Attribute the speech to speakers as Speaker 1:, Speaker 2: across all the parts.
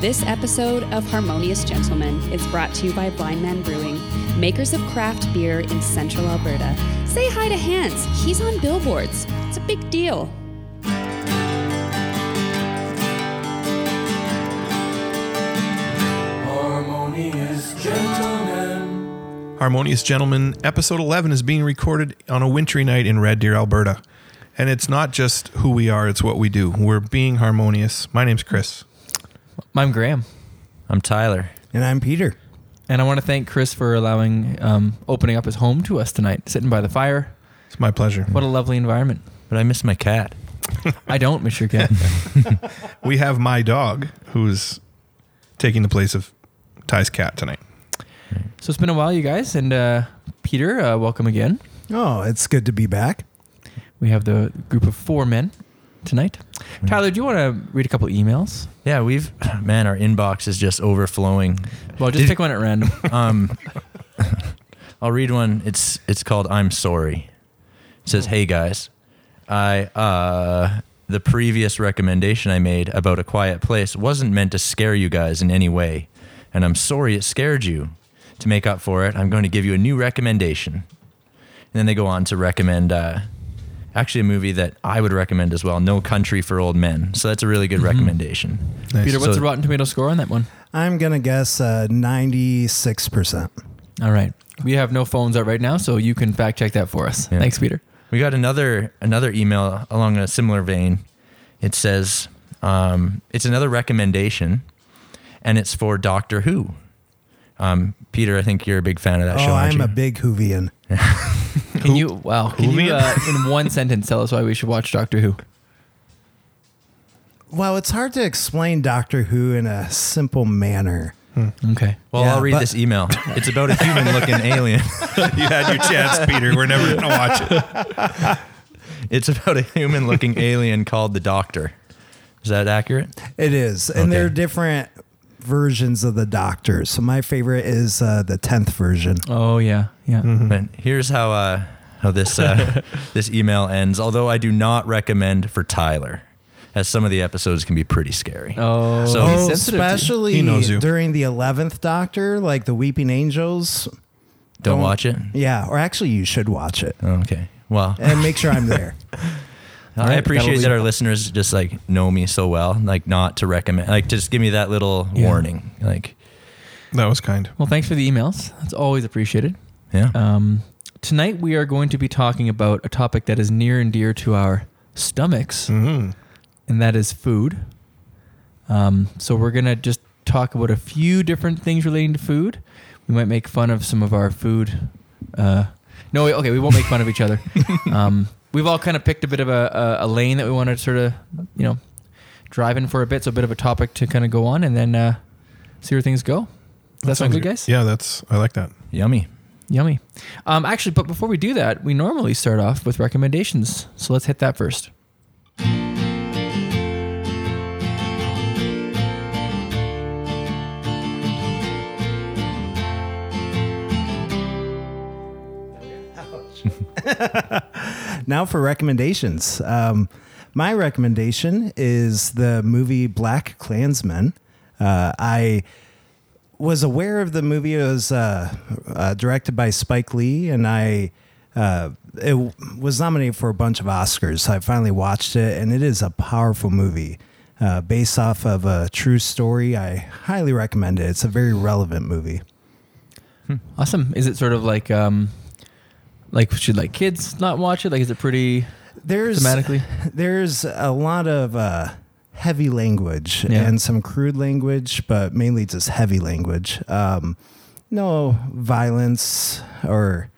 Speaker 1: This episode of Harmonious Gentlemen is brought to you by Blind Man Brewing, makers of craft beer in central Alberta. Say hi to Hans, he's on billboards. It's a big deal.
Speaker 2: Harmonious gentlemen.
Speaker 3: Harmonious Gentlemen, episode 11 is being recorded on a wintry night in Red Deer, Alberta. And it's not just who we are, it's what we do. We're being harmonious. My name's Chris.
Speaker 4: I'm Graham,
Speaker 5: I'm Tyler.
Speaker 6: And I'm Peter.
Speaker 4: and I want to thank Chris for allowing um, opening up his home to us tonight. Sitting by the fire,
Speaker 3: It's my pleasure.
Speaker 4: what a lovely environment.
Speaker 5: But I miss my cat.
Speaker 4: I don't, Mr. Cat.
Speaker 3: We have my dog who's taking the place of Ty's cat tonight.
Speaker 4: so it's been a while, you guys, and uh, Peter, uh, welcome again.
Speaker 6: Oh, it's good to be back.
Speaker 4: We have the group of four men tonight. Tyler, do you want to read a couple emails?
Speaker 5: Yeah, we've man, our inbox is just overflowing.
Speaker 4: Well, just
Speaker 5: Did-
Speaker 4: pick one at random.
Speaker 5: Um I'll read one. It's it's called I'm sorry. It says, "Hey guys, I uh the previous recommendation I made about a quiet place wasn't meant to scare you guys in any way, and I'm sorry it scared you. To make up for it, I'm going to give you a new recommendation." And then they go on to recommend uh actually a movie that I would recommend as well, No Country for Old Men. So that's a really good recommendation.
Speaker 3: Nice.
Speaker 4: Peter, what's
Speaker 5: So-
Speaker 4: the Rotten Tomato score on that one?
Speaker 6: I'm going to guess uh, 96%.
Speaker 4: All right. We have no phones out right now, so you can fact check that for us.
Speaker 5: Yeah.
Speaker 4: Thanks, Peter.
Speaker 5: We got another another email along a similar vein. It says um, it's another recommendation, and it's for Doctor Who. Um, Peter, I think you're a big fan of that
Speaker 6: Oh,
Speaker 5: show. aren't
Speaker 6: I'm
Speaker 5: you?
Speaker 6: a big Hoovian.
Speaker 4: Can you, wow, can
Speaker 3: who
Speaker 4: you,
Speaker 3: me?
Speaker 4: uh, in one sentence tell us why we should watch Doctor Who?
Speaker 6: Well, it's hard to explain Doctor Who in a simple manner.
Speaker 4: Okay.
Speaker 5: Well,
Speaker 6: Yeah,
Speaker 5: I'll read
Speaker 6: but-
Speaker 5: this email. It's about a human-looking alien.
Speaker 3: you had your chance, Peter. We're never going to watch it.
Speaker 5: It's about a human-looking alien called the Doctor. Is that accurate?
Speaker 6: It is. And
Speaker 5: Okay.
Speaker 6: there are different versions of the Doctor. So my favorite is uh, the 10th version.
Speaker 4: Oh, yeah. Yeah.
Speaker 6: Hmm.
Speaker 5: But here's how uh, how this uh, this email ends. Although I do not recommend for Tyler, as some of the episodes can be pretty scary.
Speaker 4: Oh,
Speaker 5: So-
Speaker 4: he's
Speaker 6: Oh,
Speaker 4: sensitive to-
Speaker 6: especially
Speaker 3: He knows you.
Speaker 6: during the 11th Doctor, like the Weeping Angels.
Speaker 5: don't, watch it.
Speaker 6: Yeah, or actually, you should watch it
Speaker 5: Okay. Well,
Speaker 6: and make sure I'm there.
Speaker 5: I
Speaker 4: Right,
Speaker 5: appreciate
Speaker 4: that'll
Speaker 5: that
Speaker 4: be-
Speaker 5: our listeners just like know me so well, like not to recommend, like just give me that little
Speaker 4: Yeah.
Speaker 5: warning, like
Speaker 3: That was kind.
Speaker 4: Well, thanks for the emails. That's always appreciated.
Speaker 5: yeah,
Speaker 4: Um, tonight we are going to be talking about a topic that is near and dear to our stomachs,
Speaker 3: Mm-hmm.
Speaker 4: and that is food. Um, so we're gonna just talk about a few different things relating to food. We might make fun of some of our food. Uh, no, we- okay, we won't make fun of each other. Um, we've all kind of picked a bit of a, a, a lane that we want to sort of, you know, drive in for a bit. So a bit of a topic to kind of go on and then uh, see where things go. Does that sound good, guys?
Speaker 3: Yeah, that's, I like that.
Speaker 5: yummy.
Speaker 4: Yummy. Um, actually, but before we do that, we normally start off with recommendations. So let's hit that first.
Speaker 6: Now for recommendations. Um, my recommendation is the movie Black Klansman. Uh, I was aware of the movie. It was uh, uh, directed by Spike Lee, and I uh, it w- was nominated for a bunch of Oscars. So I finally watched it, and it is a powerful movie. Uh, based off of a true story, I highly recommend it. It's a very relevant movie.
Speaker 4: Awesome. Is it sort of like, um, like should like kids not watch it? Like, is it pretty?
Speaker 6: there's
Speaker 4: Thematically?
Speaker 6: there's a lot of uh, heavy language
Speaker 4: Yeah.
Speaker 6: and some crude language, but mainly just heavy language. Um, no violence or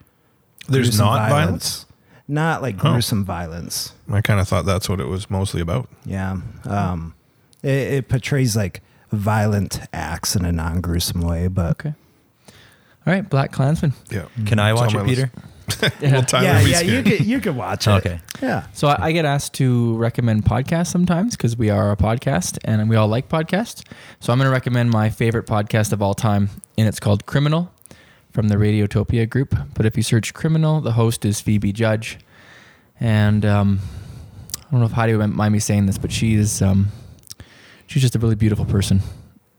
Speaker 3: There's
Speaker 6: gruesome
Speaker 3: not violence?
Speaker 6: not like
Speaker 3: Oh.
Speaker 6: gruesome violence.
Speaker 3: I kind of thought that's what it was mostly about.
Speaker 6: Yeah, um, it, it portrays like violent acts in a non gruesome way, but
Speaker 4: Okay. All right, Black Klansman.
Speaker 3: Yeah.
Speaker 5: Can I
Speaker 3: It's
Speaker 5: watch
Speaker 3: on
Speaker 5: it,
Speaker 3: my list.
Speaker 5: Peter?
Speaker 3: Well, Tyler
Speaker 6: yeah,
Speaker 3: will be
Speaker 6: yeah, you
Speaker 3: scared.
Speaker 6: could you could watch it.
Speaker 5: Okay.
Speaker 6: yeah.
Speaker 4: So I, I get asked to recommend podcasts sometimes because we are a podcast and we all like podcasts. So I'm going to recommend my favorite podcast of all time, and it's called Criminal from the Radiotopia group. But if you search Criminal, the host is Phoebe Judge, and um, I don't know if Heidi would mind me saying this, but she is um, she's just a really beautiful person,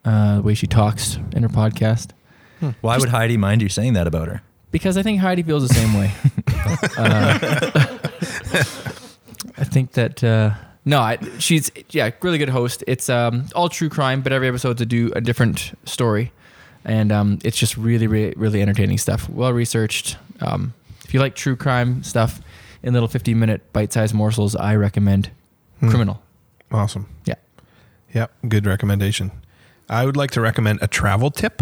Speaker 4: uh, the way she talks in her podcast
Speaker 5: Why would Heidi mind you saying that about her?
Speaker 4: because I think Heidi feels the same way. Uh, I think that uh, no, I, she's yeah, really good host. It's um, all true crime, but every episode's to do a different story, and um, it's just really, really, really entertaining stuff. Well researched. Um, if you like true crime stuff in little fifteen-minute bite-sized morsels, I recommend
Speaker 3: Hmm.
Speaker 4: Criminal.
Speaker 3: Awesome.
Speaker 4: Yeah.
Speaker 3: Yep. Good recommendation. I would like to recommend a travel tip.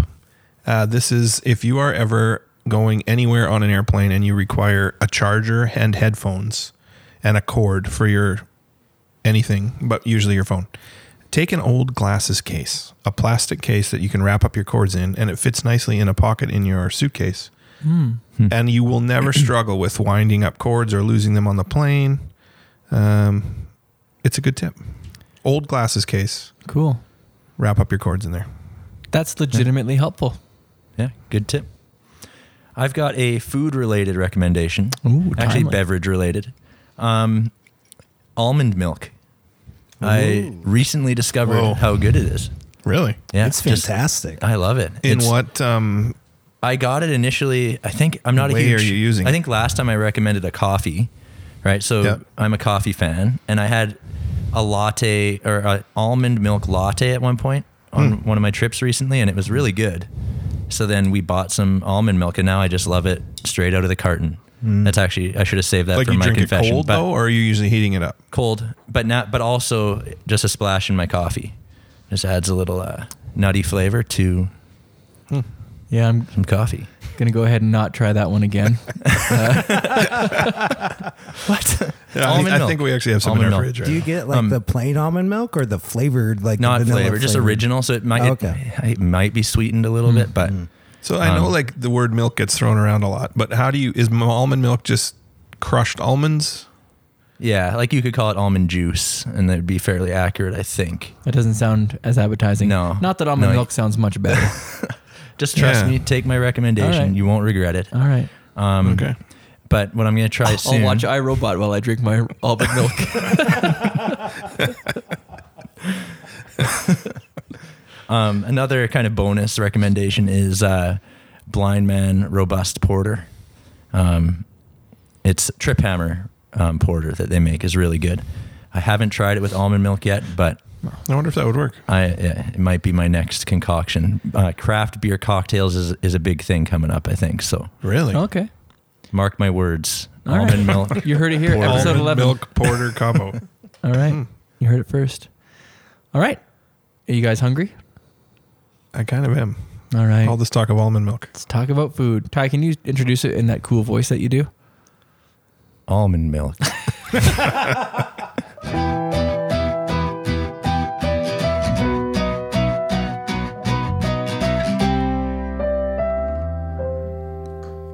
Speaker 3: Uh, this is if you are ever going anywhere on an airplane and you require a charger and headphones and a cord for your anything, but usually your phone. Take an old glasses case, a plastic case that you can wrap up your cords in, and it fits nicely in a pocket in your suitcase.
Speaker 4: Hmm.
Speaker 3: And you will never struggle with winding up cords or losing them on the plane. Um, it's a good tip. Old glasses case,
Speaker 4: Cool.
Speaker 3: wrap up your cords in there.
Speaker 4: That's legitimately helpful.
Speaker 5: Yeah, good tip. I've got a food related recommendation.
Speaker 4: Ooh,
Speaker 5: actually
Speaker 4: timely.
Speaker 5: beverage related. Um, almond milk. I recently discovered
Speaker 3: Whoa.
Speaker 5: how good it is.
Speaker 3: Really?
Speaker 5: Yeah,
Speaker 6: it's
Speaker 5: just- uh,
Speaker 6: fantastic.
Speaker 5: I love it.
Speaker 3: In
Speaker 5: It's-
Speaker 3: what? Um,
Speaker 5: I got it initially. I think I'm not a
Speaker 3: Way
Speaker 5: huge.
Speaker 3: are you using
Speaker 5: I
Speaker 3: it?
Speaker 5: think last time I recommended a coffee, right? So
Speaker 3: Yeah.
Speaker 5: I'm a coffee fan, and I had a latte or an almond milk latte at one point on
Speaker 3: Hmm.
Speaker 5: one of my trips recently, and it was really good. So then we bought some almond milk, and now I just love it straight out of the carton. That's actually I should have saved that
Speaker 3: Hmm. like
Speaker 5: for
Speaker 3: you
Speaker 5: my
Speaker 3: drink it
Speaker 5: confession.
Speaker 3: cold
Speaker 5: but
Speaker 3: though, or are you usually heating it up?
Speaker 5: cold, but not, but also just a splash in my coffee. Just adds a little uh, nutty flavor to
Speaker 4: Yeah, I'm
Speaker 5: some coffee.
Speaker 4: gonna go ahead and not try that one again.
Speaker 5: What?
Speaker 3: Yeah, I, think, I think we actually have some in
Speaker 5: Almond
Speaker 3: our
Speaker 5: milk.
Speaker 3: fridge. Right
Speaker 6: Do you
Speaker 3: now.
Speaker 6: get like
Speaker 5: Um,
Speaker 6: the plain almond milk or the flavored like
Speaker 5: not
Speaker 6: vanilla
Speaker 5: flavor, just
Speaker 6: flavor?
Speaker 5: original. So it might
Speaker 6: Oh,
Speaker 5: it-
Speaker 6: okay. Mm-hmm.
Speaker 5: it, might be sweetened a little bit,
Speaker 6: Hmm.
Speaker 5: but
Speaker 3: so I know
Speaker 5: um,
Speaker 3: like the word milk gets thrown around a lot, but how do you? Is m- almond milk just crushed almonds?
Speaker 5: yeah, like you could call it almond juice, and that'd be fairly accurate, I think.
Speaker 4: That doesn't sound as appetizing.
Speaker 5: No.
Speaker 4: Not that almond
Speaker 5: No.
Speaker 4: milk sounds much better.
Speaker 5: Just trust
Speaker 3: Yeah.
Speaker 5: me, take my recommendation.
Speaker 4: All right.
Speaker 5: You won't regret it.
Speaker 4: All right.
Speaker 5: Um,
Speaker 3: Okay.
Speaker 5: But what I'm gonna try soon.
Speaker 4: I'll watch iRobot while I drink my almond milk.
Speaker 5: Um, another kind of bonus recommendation is uh, Blind Man Robust Porter. Um, it's Trip Hammer um, Porter that they make is really good. I haven't tried it with almond milk yet, but
Speaker 3: I wonder if that would work.
Speaker 5: I yeah, it might be my next concoction. Uh, craft beer cocktails is is a big thing coming up, I think. So
Speaker 3: Really?
Speaker 4: okay.
Speaker 5: mark my words.
Speaker 4: All right.
Speaker 5: almond milk.
Speaker 4: You heard it here.
Speaker 5: Porter.
Speaker 4: Episode
Speaker 3: Almond
Speaker 4: 11.
Speaker 3: milk porter combo.
Speaker 4: All right. You heard it first. All right. Are you guys hungry?
Speaker 3: I kind of am.
Speaker 4: All right.
Speaker 3: All this talk of almond milk.
Speaker 4: Let's talk about food. Ty, can you introduce it in that cool voice that you do?
Speaker 5: Almond milk.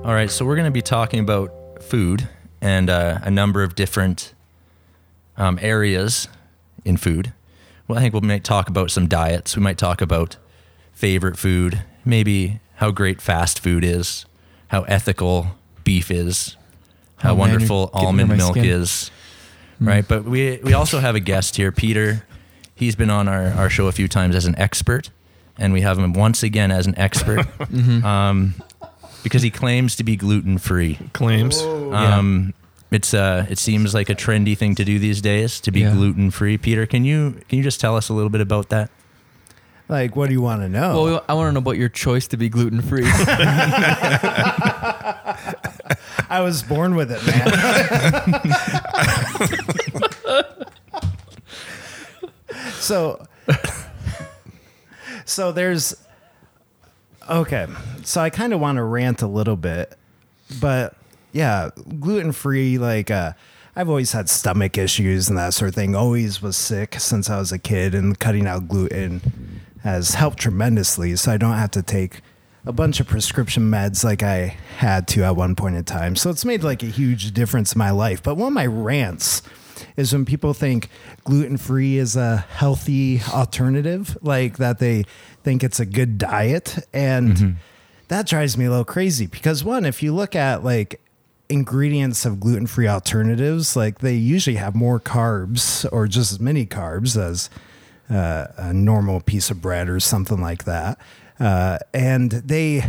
Speaker 5: All right, so we're going to be talking about food and uh, a number of different um, areas in food. Well, I think we might talk about some diets. We might talk about favorite food, maybe how great fast food is, how ethical beef is, how
Speaker 4: Oh, man, you're
Speaker 5: wonderful
Speaker 4: getting under
Speaker 5: almond
Speaker 4: my
Speaker 5: milk
Speaker 4: skin. Hmm.
Speaker 5: is, right? But we we also have a guest here, Peter. He's been on our, our show a few times as an expert, and we have him once again as an expert
Speaker 4: Mm-hmm.
Speaker 5: um, because he claims to be gluten free.
Speaker 3: Claims.
Speaker 5: Um, It's uh, it seems like a trendy thing to do these days to be
Speaker 4: Yeah.
Speaker 5: gluten free. Peter, can you can you just tell us a little bit about that?
Speaker 6: Like, what do you want to know?
Speaker 4: Oh. Well, I want to know about your choice to be gluten free.
Speaker 6: I was born with it, man. so, so there's okay. So I kind of want to rant a little bit, but yeah, gluten free. Like, uh, I've always had stomach issues and that sort of thing. Always was sick since I was a kid, and cutting out gluten has helped tremendously. So I don't have to take a bunch of prescription meds like I had to at one point in time. So it's made like a huge difference in my life. But one of my rants is when people think gluten free is a healthy alternative, like that they think it's a good diet. And that drives me a little crazy because, one, if you look at like ingredients of gluten free alternatives, like they usually have more carbs or just as many carbs as uh, a normal piece of bread or something like that. Uh, and they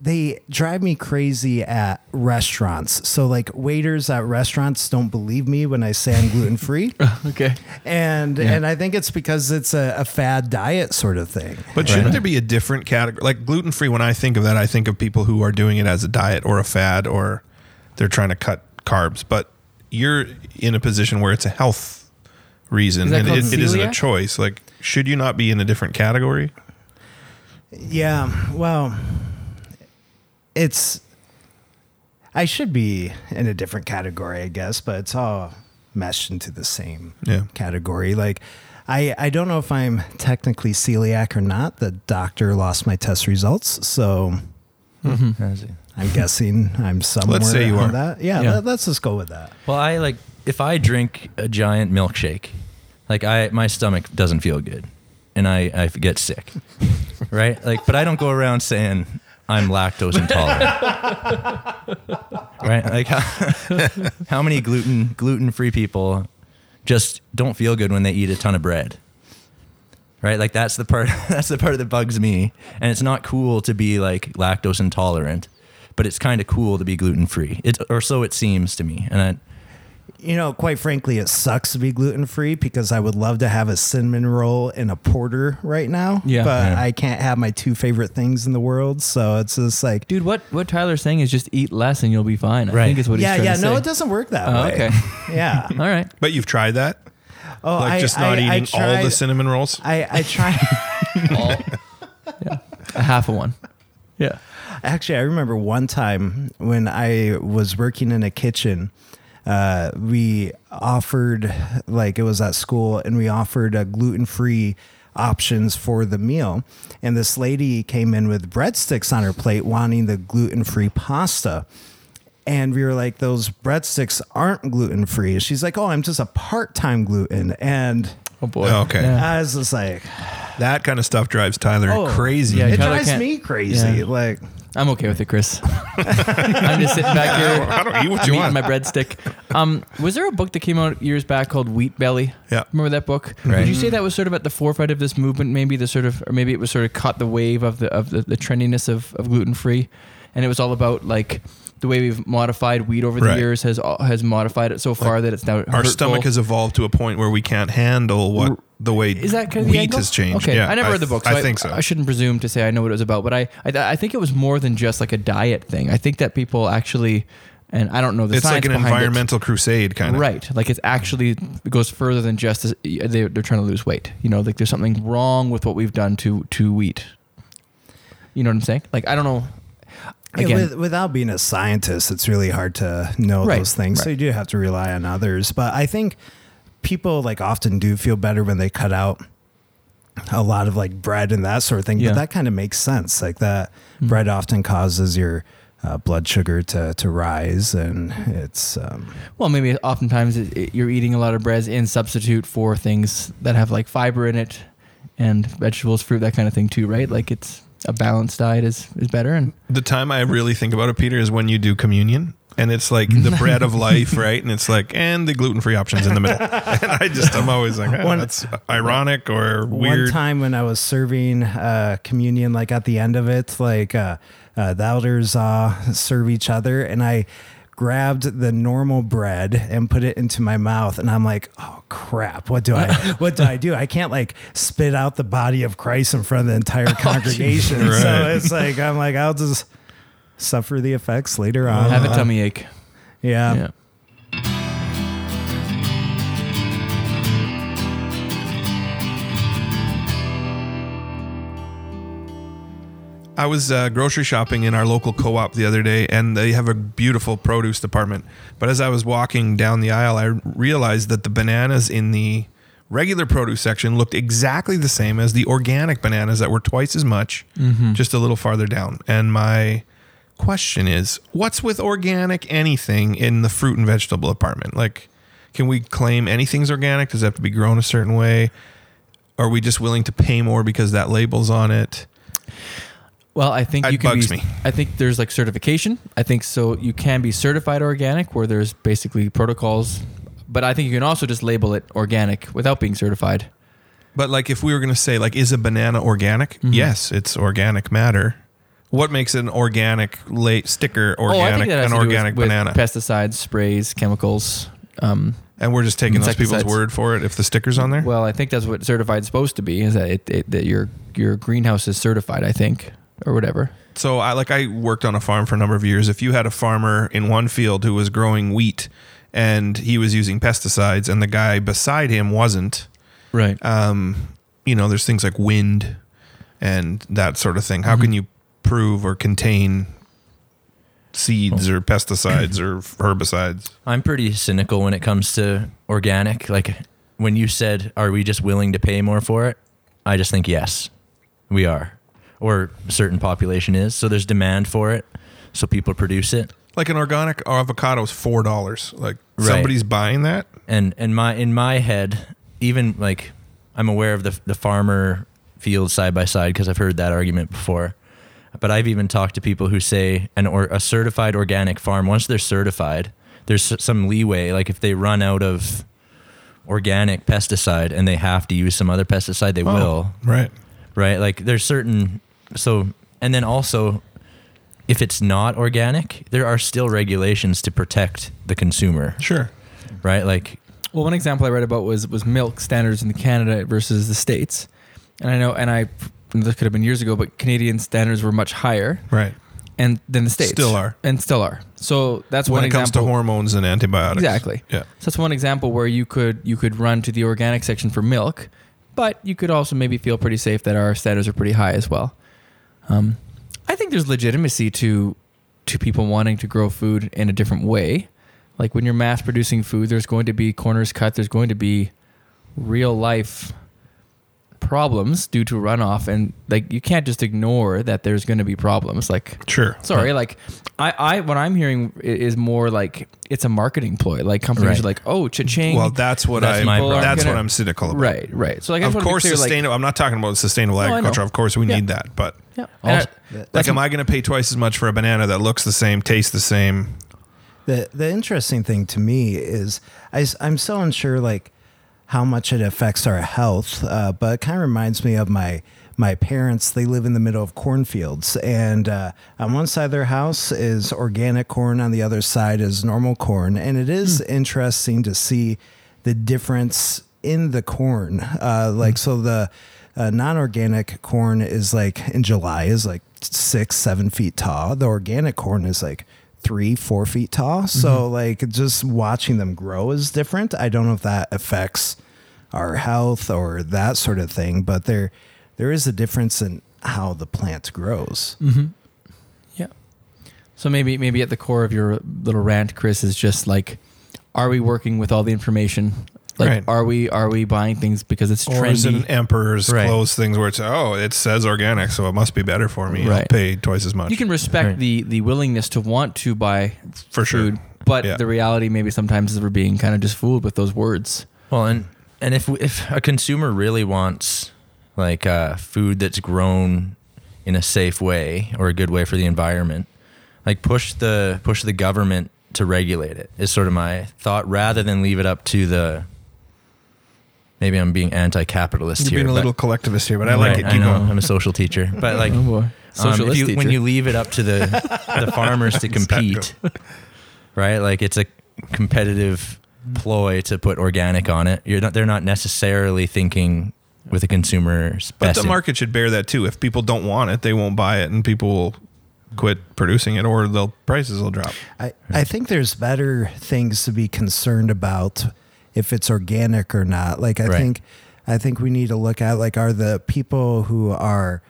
Speaker 6: they drive me crazy at restaurants. So like waiters at restaurants don't believe me when I say I'm gluten free,
Speaker 4: Okay.
Speaker 6: and and I think it's because it's a, a fad diet sort of thing.
Speaker 3: But shouldn't there be a different category? Like gluten free, when I think of that, I think of people who are doing it as a diet or a fad or they're trying to cut carbs. But you're in a position where it's a health reason
Speaker 4: that
Speaker 3: and
Speaker 4: called
Speaker 3: it, it isn't a
Speaker 4: celiac?
Speaker 3: choice. Like, should you not be in a different category?
Speaker 6: Yeah, well, it's I should be in a different category, I guess, but it's all meshed into the same
Speaker 3: Yeah.
Speaker 6: category. Like I I don't know if I'm technically celiac or not. The doctor lost my test results, so I'm guessing I'm somewhere
Speaker 3: Let's say you
Speaker 6: on
Speaker 3: are.
Speaker 6: that. Yeah,
Speaker 4: Yeah.
Speaker 6: Let, us just go with that.
Speaker 5: Well, I like if I drink a giant milkshake, like I my stomach doesn't feel good, and I I get sick, right? Like, but I don't go around saying I'm lactose intolerant, right? Like how how many gluten gluten free people just don't feel good when they eat a ton of bread. Right, like that's the part that's the part that bugs me, and it's not cool to be like lactose intolerant, but it's kind of cool to be gluten free. It or so it seems to me, and I,
Speaker 6: You know, quite frankly, it sucks to be gluten free because I would love to have a cinnamon roll and a porter right now.
Speaker 4: Yeah.
Speaker 6: But
Speaker 5: Yeah.
Speaker 6: I can't have my two favorite things in the world. So it's just like,
Speaker 4: Dude, what, what Tyler's saying is just eat less and you'll be fine. I
Speaker 5: Right.
Speaker 4: think is what
Speaker 6: yeah,
Speaker 4: he's trying
Speaker 6: yeah,
Speaker 4: to say.
Speaker 6: no, it doesn't work that
Speaker 4: Oh,
Speaker 6: way.
Speaker 4: okay.
Speaker 6: Yeah.
Speaker 4: All right.
Speaker 3: But you've tried that?
Speaker 6: Oh,
Speaker 3: Like,
Speaker 6: I,
Speaker 3: just not
Speaker 6: I- I
Speaker 3: eating all the
Speaker 6: tried-
Speaker 3: cinnamon rolls?
Speaker 6: I, I tried.
Speaker 4: A half of one. Yeah.
Speaker 6: Actually, I remember one time when I was working in a kitchen. Uh, we offered, like, it was at school, and we offered uh, gluten free options for the meal. And this lady came in with breadsticks on her plate, wanting the gluten free pasta. And we were like, those breadsticks aren't gluten free. She's like, oh, I'm just a part time gluten. And
Speaker 4: Oh boy.
Speaker 3: Oh, okay.
Speaker 4: Yeah.
Speaker 6: I was just like,
Speaker 3: That kind of stuff drives Tyler
Speaker 6: Oh,
Speaker 3: crazy.
Speaker 4: yeah.
Speaker 6: it
Speaker 4: Tyler
Speaker 6: drives
Speaker 4: can't-
Speaker 6: me crazy.
Speaker 4: Yeah.
Speaker 6: Like,
Speaker 4: I'm okay with it, Chris. I'm just sitting back here
Speaker 3: I don't eat what you
Speaker 4: I'm eating
Speaker 3: want.
Speaker 4: my breadstick. Um, was there a book that came out years back called Wheat Belly?
Speaker 3: Yeah.
Speaker 4: Remember that book?
Speaker 5: Right.
Speaker 4: Would you say that was sort of at the forefront of this movement? Maybe the sort of, or maybe it was sort of caught the wave of the of the, the trendiness of, of gluten free, and it was all about like the way we've modified wheat over the
Speaker 3: Right.
Speaker 4: years has has modified it so far that it's now
Speaker 3: Our stomach
Speaker 4: hurtful.
Speaker 3: has evolved to a point where we can't handle what the way
Speaker 4: Is that kind of the
Speaker 3: wheat
Speaker 4: angle?
Speaker 3: has changed.
Speaker 4: Okay,
Speaker 3: Yeah,
Speaker 4: I never read the
Speaker 3: th-
Speaker 4: book. So
Speaker 3: I, think so.
Speaker 4: I shouldn't presume to say I know what it was about, but I, I I think it was more than just like a diet thing. I think that people actually, and I don't know the
Speaker 3: it's like
Speaker 4: science
Speaker 3: an
Speaker 4: behind it.
Speaker 3: environmental crusade kind of.
Speaker 4: right? Like it's actually it goes further than just this, they, they're trying to lose weight. You know, like there's something wrong with what we've done to to wheat. You know what I'm saying? Like I don't know.
Speaker 6: Yeah,
Speaker 4: Again,
Speaker 6: with, without being a scientist, it's really hard to know
Speaker 4: Right,
Speaker 6: those things. So you
Speaker 4: right.
Speaker 6: do have to rely on others. But I think people like often do feel better when they cut out a lot of like bread and that sort of thing.
Speaker 4: Yeah. Mm-hmm.
Speaker 6: But that kind of makes sense. Like that bread often causes your uh, blood sugar to, to rise, and it's um,
Speaker 4: Well, maybe oftentimes it, it- you're eating a lot of breads in substitute for things that have like fiber in it and vegetables, fruit, that kind of thing too, right? Like it's a balanced diet is, is better. And
Speaker 3: The time I really think about it, Peter, is when you do communion. And it's like the bread of life, right? And it's like, and the gluten free options in the middle. And I just, I'm always like, ah,
Speaker 6: One-
Speaker 3: that's ironic or weird.
Speaker 6: One time when I was serving uh, communion, like at the end of it, like uh, uh, the elders uh, serve each other, and I grabbed the normal bread and put it into my mouth, and I'm like, oh crap, what do I, what do I do? I can't like spit out the body of Christ in front of the entire congregation. So
Speaker 3: Right.
Speaker 6: it's like I'm like I'll just suffer the effects later
Speaker 3: Uh,
Speaker 6: on. Uh,
Speaker 4: have a tummy ache.
Speaker 6: yeah.
Speaker 4: yeah.
Speaker 3: I was uh, grocery shopping in our local co-op the other day, and they have a beautiful produce department. But as I was walking down the aisle, I realized that the bananas in the regular produce section looked exactly the same as the organic bananas that were twice as much, just a little farther down. And my question is, what's with organic anything in the fruit and vegetable department? Like, can we claim anything's organic? Does it have to be grown a certain way? Are we just willing to pay more because that label's on it?
Speaker 4: Well, I think
Speaker 3: That
Speaker 4: you can
Speaker 3: bugs
Speaker 4: be,
Speaker 3: me.
Speaker 4: I think there's like certification. I think so you can be certified organic where there's basically protocols, but I think you can also just label it organic without being certified.
Speaker 3: But like, if we were going to say, like, is a banana organic?
Speaker 4: Mm-hmm.
Speaker 3: Yes, it's organic matter. What makes an organic la- sticker organic?
Speaker 4: Oh, that has
Speaker 3: an
Speaker 4: to do with-
Speaker 3: organic
Speaker 4: with
Speaker 3: banana.
Speaker 4: pesticides, sprays, chemicals. Um,
Speaker 3: and we're just taking those people's
Speaker 4: Insecticides.
Speaker 3: word for it. If the sticker's on there,
Speaker 4: well, I think that's what certified's supposed to be is that it, it that your your greenhouse is certified, I think, or whatever.
Speaker 3: So I like I worked on a farm for a number of years. If you had a farmer in one field who was growing wheat and he was using pesticides and the guy beside him wasn't,
Speaker 4: Right.
Speaker 3: um, you know, there's things like wind and that sort of thing. How can you prove or contain seeds or pesticides or herbicides?
Speaker 5: I'm pretty cynical when it comes to organic. Like when you said, "Are we just willing to pay more for it?" I just think yes, we are, or a certain population is. So there's demand for it, so people produce it.
Speaker 3: Like an organic avocado is four dollars. Like
Speaker 5: Right.
Speaker 3: somebody's buying that.
Speaker 5: And and my in my head, even like I'm aware of the the farmer field side by side because I've heard that argument before. But I've even talked to people who say an or a certified organic farm once they're certified, there's s- some leeway. Like if they run out of organic pesticide and they have to use some other pesticide, they will
Speaker 3: Oh, right.
Speaker 5: right? Like there's certain so and then also if it's not organic, there are still regulations to protect the consumer,
Speaker 3: Sure.
Speaker 5: right? Like
Speaker 4: Well, one example I read about was was milk standards in Canada versus the states, and I know, and I this could have been years ago, but Canadian standards were much higher,
Speaker 3: Right.
Speaker 4: and than the states
Speaker 3: Still are.
Speaker 4: and still are. So that's
Speaker 3: When
Speaker 4: one
Speaker 3: it
Speaker 4: example.
Speaker 3: comes to hormones and antibiotics.
Speaker 4: Exactly.
Speaker 3: Yeah.
Speaker 4: So that's one example where you could you could run to the organic section for milk, but you could also maybe feel pretty safe that our standards are pretty high as well. Um, I think there's legitimacy to to people wanting to grow food in a different way. Like when you're mass producing food, there's going to be corners cut. There's going to be real life problems due to runoff, and like you can't just ignore that there's going to be problems. Like
Speaker 3: Sure.
Speaker 4: Sorry, like I, I, what I'm hearing i- is more like it's a marketing ploy. Like companies
Speaker 5: Right.
Speaker 4: are like, oh, cha-ching.
Speaker 3: Well, that's what
Speaker 5: That's
Speaker 3: I.
Speaker 5: my problem.
Speaker 3: that's
Speaker 4: Gonna-
Speaker 3: what I'm cynical about.
Speaker 4: right, right. So like, I just
Speaker 3: of
Speaker 4: wanna be
Speaker 3: course,
Speaker 4: clear, like-
Speaker 3: sustainable. I'm not talking about sustainable
Speaker 4: I know.
Speaker 3: agriculture. Of course, we
Speaker 4: Yeah.
Speaker 3: need that. But
Speaker 4: yeah.
Speaker 5: Also-
Speaker 4: And I-
Speaker 3: like, am I going to pay twice as much for a banana that looks the same, tastes the same?
Speaker 6: The the interesting thing to me is I, am so unsure like how much it affects our health, uh, but it kind of reminds me of my my parents. They live in the middle of cornfields, and uh, on one side of their house is organic corn, on the other side is normal corn, and it is interesting to see the difference in the corn. Uh, like so the uh, non-organic corn is like in July is like six, seven feet tall. The organic corn is like three, four feet tall. So like just watching them grow is different. I don't know if that affects our health or that sort of thing, but there there is a difference in how the plant grows.
Speaker 4: yeah. Mm-hmm. So maybe, maybe at the core of your little rant, Chris, is just like, are we working with all the information? Like,
Speaker 3: Right.
Speaker 4: are we, are we buying things because it's
Speaker 3: Or is it an
Speaker 4: trendy?
Speaker 3: emperor's
Speaker 5: Right.
Speaker 3: clothes things where it's oh, it says organic, so it must be better for me. I'll
Speaker 4: Right.
Speaker 3: pay twice as much.
Speaker 4: You can respect
Speaker 5: Right.
Speaker 4: the the willingness to want to buy
Speaker 3: For sure.
Speaker 4: food, but
Speaker 3: Yeah.
Speaker 4: the reality maybe sometimes is we're being kind of just fooled with those words.
Speaker 5: well and and if if a consumer really wants like uh food that's grown in a safe way or a good way for the environment, like push the push the government to regulate it is sort of my thought rather than leave it up to the maybe I'm being anti-capitalist
Speaker 3: You're
Speaker 5: here.
Speaker 3: being a
Speaker 5: but-
Speaker 3: little collectivist here, but I like
Speaker 5: Right,
Speaker 3: it. Keep
Speaker 5: know.
Speaker 3: going.
Speaker 5: I'm a social teacher, but like,
Speaker 4: Oh boy.
Speaker 5: um, if
Speaker 4: Socialist
Speaker 5: you, when
Speaker 4: teacher.
Speaker 5: you leave it up to the the farmers to compete, right? Like it's a competitive ploy to put organic on it. You're not. They're not necessarily thinking with a consumer's
Speaker 3: But
Speaker 5: best.
Speaker 3: the
Speaker 5: in-
Speaker 3: market should bear that too. If people don't want it, they won't buy it, and people will quit producing it, or the prices will drop.
Speaker 6: I, I think there's better things to be concerned about if it's organic or not. Like I
Speaker 5: Right.
Speaker 6: think I think we need to look at like are the people who are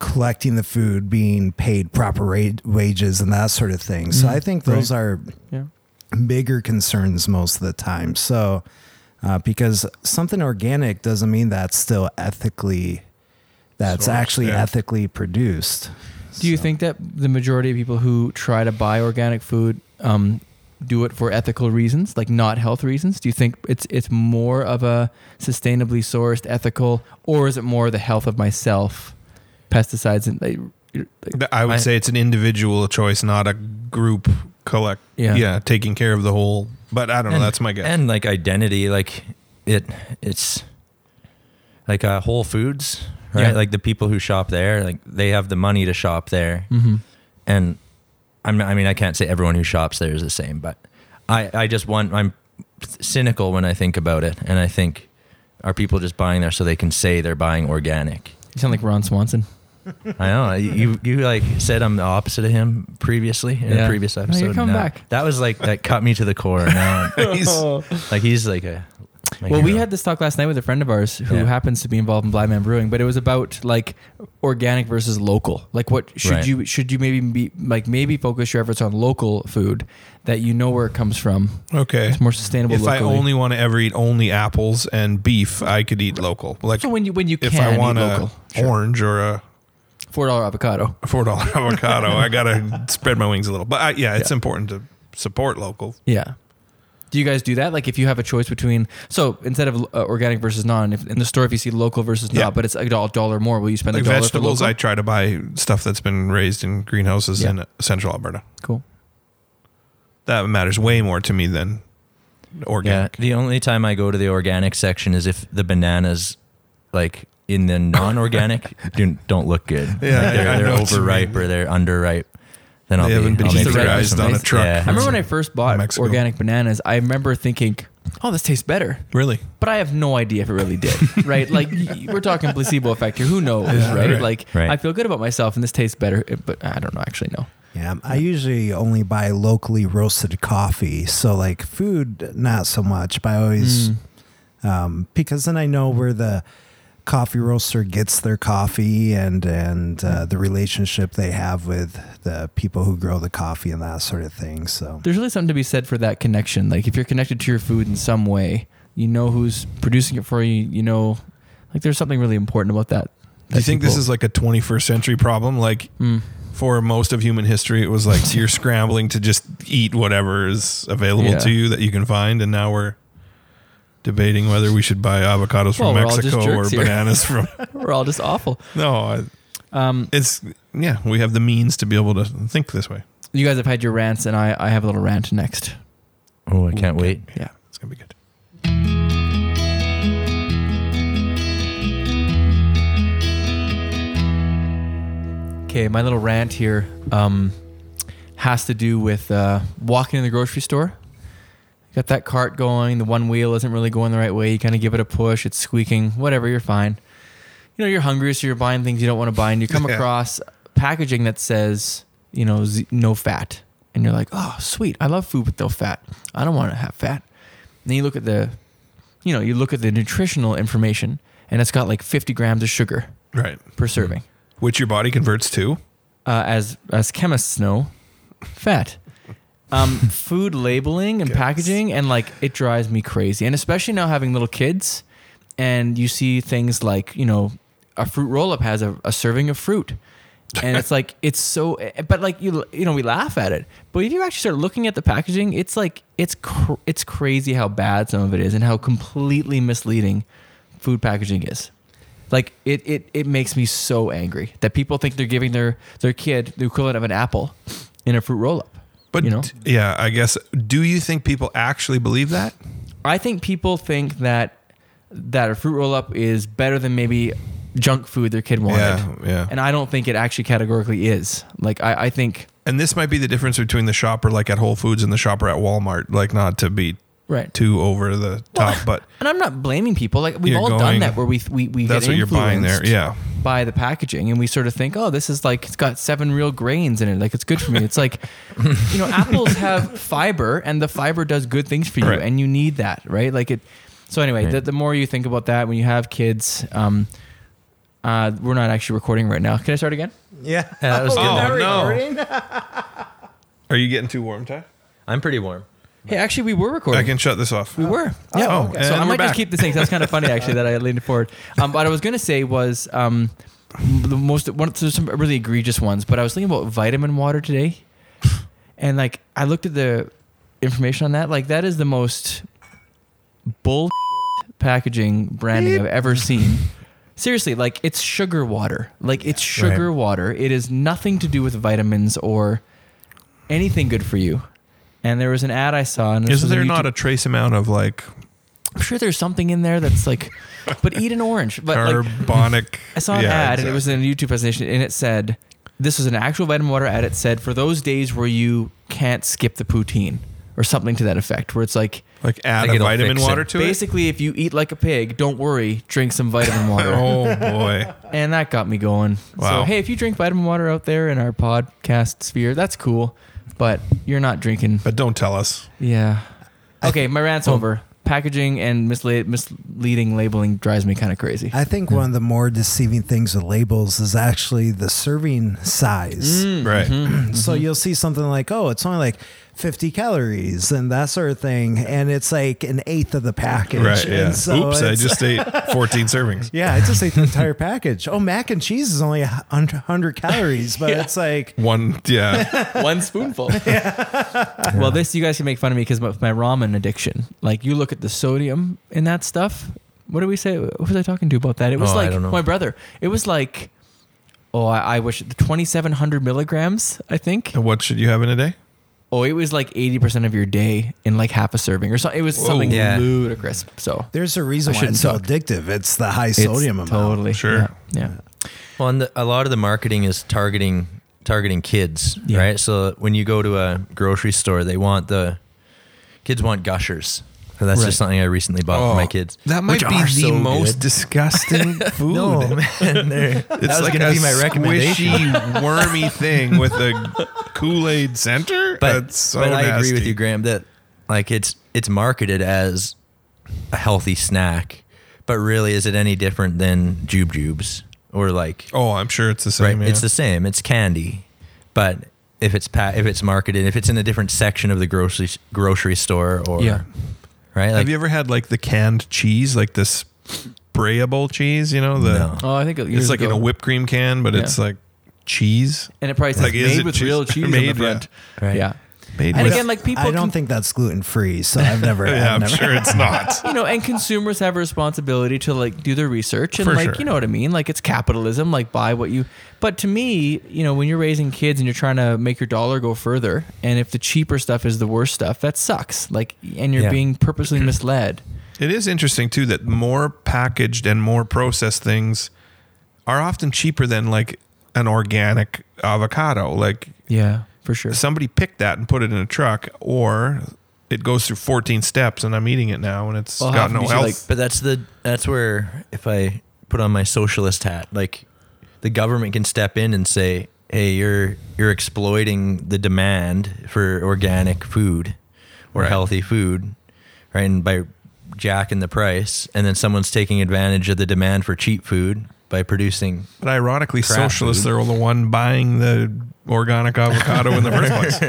Speaker 6: collecting the food being paid proper rate, wages and that sort of thing. So I think those are
Speaker 4: yeah.
Speaker 6: bigger concerns most of the time. So uh, because something organic doesn't mean that's still ethically that's
Speaker 3: Sourced,
Speaker 6: actually
Speaker 3: yeah.
Speaker 6: ethically produced.
Speaker 4: Do you
Speaker 6: So-
Speaker 4: think that the majority of people who try to buy organic food um, do it for ethical reasons, like not health reasons? Do you think it's it's more of a sustainably sourced, ethical, or is it more the health of myself, pesticides and like, like-
Speaker 3: Th- I would
Speaker 5: I-
Speaker 3: say it's an individual choice, not a group collect.
Speaker 4: Yeah.
Speaker 3: taking care of the whole. But I don't know. That's my guess.
Speaker 5: And like identity, like it, it's like uh, Whole Foods, right?
Speaker 4: Yeah.
Speaker 5: Like the people who shop there, like they have the money to shop there.
Speaker 4: Mm-hmm.
Speaker 5: And I'm, I mean, I can't say everyone who shops there is the same, but I, I just want, I'm cynical when I think about it. And I think, are people just buying there so they can say they're buying organic?
Speaker 4: You sound like Ron Swanson.
Speaker 5: I know you. You like said I'm the opposite of him previously in
Speaker 4: Yeah.
Speaker 5: a previous
Speaker 4: No, you're
Speaker 5: episode.
Speaker 4: coming
Speaker 5: Now-
Speaker 4: back.
Speaker 5: That was like that cut me to the core. Now, like he's like a. my
Speaker 4: well, we
Speaker 5: hero.
Speaker 4: had this talk last night with a friend of ours who
Speaker 5: Yeah.
Speaker 4: happens to be involved in Blind Man Brewing, but it was about like organic versus local. Like, what should
Speaker 5: Right.
Speaker 4: you should you maybe be like maybe focus your efforts on local food that you know where it comes from.
Speaker 3: Okay.
Speaker 4: It's more sustainable.
Speaker 3: If I
Speaker 4: locally.
Speaker 3: only want to ever eat only apples and beef, I could eat local. Like
Speaker 4: so when you when you
Speaker 3: if
Speaker 4: can
Speaker 3: I
Speaker 4: eat
Speaker 3: want
Speaker 4: local
Speaker 3: a orange or a
Speaker 4: four dollar avocado.
Speaker 3: four dollar avocado, I gotta spread my wings a little. But I, yeah, it's
Speaker 4: Yeah.
Speaker 3: important to support local.
Speaker 4: Yeah. Do you guys do that? Like, if you have a choice between, so instead of uh, organic versus non, if in the store, if you see local versus
Speaker 3: Yeah.
Speaker 4: not, but it's a doll- dollar more, will you spend
Speaker 3: Like
Speaker 4: a dollar
Speaker 3: vegetables,
Speaker 4: for
Speaker 3: I
Speaker 4: local?
Speaker 3: try to buy stuff that's been raised in greenhouses
Speaker 4: Yeah.
Speaker 3: in uh, Central Alberta.
Speaker 4: cool.
Speaker 3: That matters way more to me than
Speaker 5: Yeah,
Speaker 3: organic.
Speaker 5: the only time I go to the organic section is if the bananas, like in the non-organic, do, don't look good.
Speaker 3: Yeah,
Speaker 5: Like, they're,
Speaker 3: I- I
Speaker 5: they're
Speaker 3: know what you
Speaker 5: overripe
Speaker 3: mean.
Speaker 5: or they're underripe. Then I'll
Speaker 3: They
Speaker 5: be,
Speaker 3: haven't been
Speaker 5: I'll make
Speaker 4: euthanized
Speaker 5: sure there's some-
Speaker 4: on a truck.
Speaker 5: Yeah.
Speaker 4: I remember when I first bought
Speaker 3: Mexico.
Speaker 4: organic bananas, I remember thinking, oh, this tastes better.
Speaker 3: Really?
Speaker 4: But I have no idea if it really did, right? Like y- we're talking placebo effect here. Who knows, right?
Speaker 3: right.
Speaker 4: Like
Speaker 5: Right.
Speaker 4: I feel good about myself, and this tastes better. eh, But I don't know, actually, no.
Speaker 6: Yeah, I usually only buy locally roasted coffee. So like food, not so much. But I always
Speaker 4: Mm.
Speaker 6: um, because then I know where the coffee roaster gets their coffee and and uh, the relationship they have with the people who grow the coffee and that sort of thing. So
Speaker 4: There's really something to be said for that connection. Like if you're connected to your food in some way, you know who's producing it for you. You know, like there's something really important about that.
Speaker 3: Do you think this is like a 21st century problem? Like
Speaker 4: Mm.
Speaker 3: for most of human history, it was like you're scrambling to just eat whatever is available
Speaker 4: Yeah.
Speaker 3: to you that you can find, and now we're debating whether we should buy avocados
Speaker 4: Well,
Speaker 3: from
Speaker 4: we're all just
Speaker 3: Mexico or
Speaker 4: jerks here.
Speaker 3: bananas from.
Speaker 4: we're all just awful?
Speaker 3: No, I,
Speaker 4: Um,
Speaker 3: it's yeah. We have the means to be able to think this way.
Speaker 4: you guys have had your rants, and I, I have a little rant next.
Speaker 5: Oh, I can't wait.
Speaker 4: Yeah.
Speaker 3: It's gonna be good.
Speaker 4: Okay, my little rant here um, has to do with uh, walking in the grocery store. Got that cart going, the one wheel isn't really going the right way. You kind of give it a push, it's squeaking, whatever, you're fine. You know, you're hungry, so you're buying things you don't want to buy, and you come
Speaker 3: Yeah.
Speaker 4: across packaging that says, you know, z- no fat. And you're like, oh, sweet, I love food with no fat. I don't want to have fat. And then you look at the, you know, you look at the nutritional information, and it's got like 50 grams of sugar
Speaker 3: Right,
Speaker 4: per serving
Speaker 3: which your body converts to.
Speaker 4: uh, as as chemists know, fat. Um, food labeling and
Speaker 3: Yes.
Speaker 4: packaging and like it drives me crazy. And especially now having little kids, and you see things like you know a fruit roll up has a, a serving of fruit, and it's like it's so. But like you you know we laugh at it, but if you actually start looking at the packaging, it's like it's cr- it's crazy how bad some of it is and how completely misleading food packaging is. Like it, it, it makes me so angry that people think they're giving their, their kid the equivalent of an apple in a fruit roll up.
Speaker 3: But
Speaker 4: you know,
Speaker 3: yeah, I guess. Do you think people actually believe that?
Speaker 4: I think people think that that a fruit roll up is better than maybe junk food their kid wanted.
Speaker 3: Yeah, yeah.
Speaker 4: And I don't think it actually categorically is. Like I, I think
Speaker 3: And this might be the difference between the shopper like at Whole Foods and the shopper at Walmart. Like not to be
Speaker 4: right.
Speaker 3: too over the top, but
Speaker 4: And I'm not blaming people. Like we've
Speaker 3: You're
Speaker 4: all done
Speaker 3: going-
Speaker 4: that where we we we
Speaker 3: that's
Speaker 4: get
Speaker 3: what you're buying there.
Speaker 4: influenced
Speaker 3: Yeah.
Speaker 4: by the packaging and we sort of think, oh, this is like it's got seven real grains in it, like it's good for me. It's like, you know, apples have fiber and the fiber does good things for you,
Speaker 3: Right.
Speaker 4: and you need that, right? Like it. So anyway, the, the more you think about that when you have kids, um, uh, we're not actually recording right now. Can I start again?
Speaker 6: yeah,
Speaker 5: Yeah, that was good.
Speaker 3: Oh, no. Are you getting too warm, Ty?
Speaker 5: I'm pretty warm.
Speaker 4: Hey, actually, we were recording.
Speaker 3: I can shut this off.
Speaker 4: We were. Yeah.
Speaker 3: Oh, okay. and
Speaker 4: So I
Speaker 3: we're
Speaker 4: might
Speaker 3: back.
Speaker 4: just keep this thing. That's kind of funny, actually, that I leaned forward. Um, but I was going to say was um, the most one. There's some really egregious ones, but I was thinking about vitamin water today, and like I looked at the information on that. Like that is the most bull packaging branding I've ever seen. Seriously, like it's sugar water. Like it's sugar water. It is nothing to do with vitamins or anything good for you. And there was an ad I saw. And this
Speaker 3: Is
Speaker 4: was a
Speaker 3: there
Speaker 4: YouTube-
Speaker 3: not a trace amount of like
Speaker 4: I'm sure there's something in there that's like, but eat an orange. But like,
Speaker 3: Carbonic.
Speaker 4: I saw an
Speaker 3: yeah,
Speaker 4: ad and
Speaker 3: exactly.
Speaker 4: it was in a YouTube presentation and it said, this was an actual vitamin water ad. It said, for those days where you can't skip the poutine or something to that effect, where it's like,
Speaker 3: like add
Speaker 5: Like
Speaker 3: a
Speaker 5: it'll
Speaker 3: vitamin
Speaker 5: fix it.
Speaker 3: water to
Speaker 4: basically, if you eat like a pig, don't worry, drink some vitamin
Speaker 3: it.
Speaker 4: water.
Speaker 3: Oh boy.
Speaker 4: And that got me going.
Speaker 3: Wow.
Speaker 4: So, hey, if you drink vitamin water out there in our podcast sphere, that's cool, but you're not drinking.
Speaker 3: But don't tell us.
Speaker 4: Yeah. Okay, my rant's over. Packaging and misla- misleading labeling drives me kind of crazy.
Speaker 6: I think one of the more deceiving things with labels is actually the serving size.
Speaker 3: Right.
Speaker 4: Mm-hmm.
Speaker 6: So
Speaker 3: mm-hmm.
Speaker 6: you'll see something like, oh, it's only like 50 calories and that sort of thing. And it's like an eighth of the package.
Speaker 3: Right.
Speaker 6: And
Speaker 3: Yeah.
Speaker 6: so
Speaker 3: Oops, I
Speaker 6: it's-
Speaker 3: just ate 14 servings.
Speaker 6: Yeah, I just ate the entire package. Oh, mac and cheese is only 100 calories, but it's like,
Speaker 3: One. Yeah.
Speaker 4: One spoonful. Well, this, you guys can make fun of me because my ramen addiction. Like, you look at the sodium in that stuff. What did we say? What was I talking to about that? It was
Speaker 5: Oh, I
Speaker 4: like
Speaker 5: don't know.
Speaker 4: my brother. It was like, oh, I, I wish the 2,700 milligrams, I think.
Speaker 3: And what should you have in a day?
Speaker 4: Oh, it was like 80% of your day in like half a serving or something. It was something
Speaker 5: Yeah.
Speaker 4: ludicrous. So,
Speaker 6: there's a reason why
Speaker 4: shouldn't
Speaker 6: it's so
Speaker 4: talk.
Speaker 6: addictive. It's the high sodium amount.
Speaker 4: Totally.
Speaker 3: Sure.
Speaker 4: Yeah. yeah.
Speaker 5: Well, and the, a lot of the marketing is targeting targeting kids,
Speaker 4: Yeah.
Speaker 5: right? So when you go to a grocery store, they want the kids want gushers. So that's
Speaker 4: Right.
Speaker 5: just something I recently bought for my kids.
Speaker 3: Oh, That might
Speaker 5: which
Speaker 3: be
Speaker 5: are
Speaker 3: the
Speaker 5: so
Speaker 3: most
Speaker 5: good.
Speaker 3: disgusting food.
Speaker 5: Oh, man, they're-
Speaker 3: It's
Speaker 5: was
Speaker 3: like
Speaker 5: gonna
Speaker 3: a
Speaker 5: be my recommendation.
Speaker 3: squishy, wormy thing with a Kool Aid center.
Speaker 5: but,
Speaker 3: That's so
Speaker 5: but I agree with
Speaker 3: nasty.
Speaker 5: you, Graham, that like it's it's marketed as a healthy snack, but really, is it any different than jube jubes or like
Speaker 3: Oh, I'm sure it's the same.
Speaker 5: right?
Speaker 3: yeah.
Speaker 5: It's the same. It's candy, but if it's pa- if it's marketed, if it's in a different section of the grocery grocery store or
Speaker 4: Yeah.
Speaker 5: right, like
Speaker 3: Have you ever had like the canned cheese, like this sprayable cheese? You know, the
Speaker 5: No.
Speaker 4: Oh, I think it- years
Speaker 3: it's like in
Speaker 4: ago.
Speaker 3: a whipped cream can, but
Speaker 4: Yeah.
Speaker 3: it's like cheese
Speaker 4: And it probably says
Speaker 3: Like, is
Speaker 4: made
Speaker 3: it
Speaker 4: with
Speaker 3: cheese-
Speaker 4: real cheese on
Speaker 3: made,
Speaker 4: the front.
Speaker 5: Right.
Speaker 4: Yeah.
Speaker 3: made
Speaker 4: And
Speaker 3: with-
Speaker 4: again, like people
Speaker 6: I don't
Speaker 4: can-
Speaker 6: think that's gluten free, so I've never.
Speaker 3: yeah,
Speaker 6: I've
Speaker 3: I'm
Speaker 6: never
Speaker 3: sure it's not.
Speaker 4: you know, and consumers have a responsibility to like do their research and
Speaker 3: For
Speaker 4: like
Speaker 3: sure.
Speaker 4: you know what I mean. Like it's capitalism. Like buy what you. But to me, you know, when you're raising kids and you're trying to make your dollar go further, and if the cheaper stuff is the worst stuff, that sucks. Like, and you're
Speaker 5: Yeah.
Speaker 4: being purposely misled.
Speaker 3: It is interesting too that more packaged and more processed things are often cheaper than like an organic avocado. Like
Speaker 4: Yeah, for sure.
Speaker 3: somebody picked that and put it in a truck, or it goes through 14 steps and I'm eating it now and it's
Speaker 4: Well,
Speaker 3: got
Speaker 4: half
Speaker 3: no
Speaker 4: of these are,
Speaker 3: health.
Speaker 4: like,
Speaker 5: But that's the that's where if I put on my socialist hat, like the government can step in and say, "Hey, you're you're exploiting the demand for organic food or
Speaker 3: Right.
Speaker 5: healthy food, right?" And by jacking the price, and then someone's taking advantage of the demand for cheap food by producing.
Speaker 3: But ironically,
Speaker 5: Crap
Speaker 3: socialists
Speaker 5: food.
Speaker 3: are the one buying the organic avocado in the first place.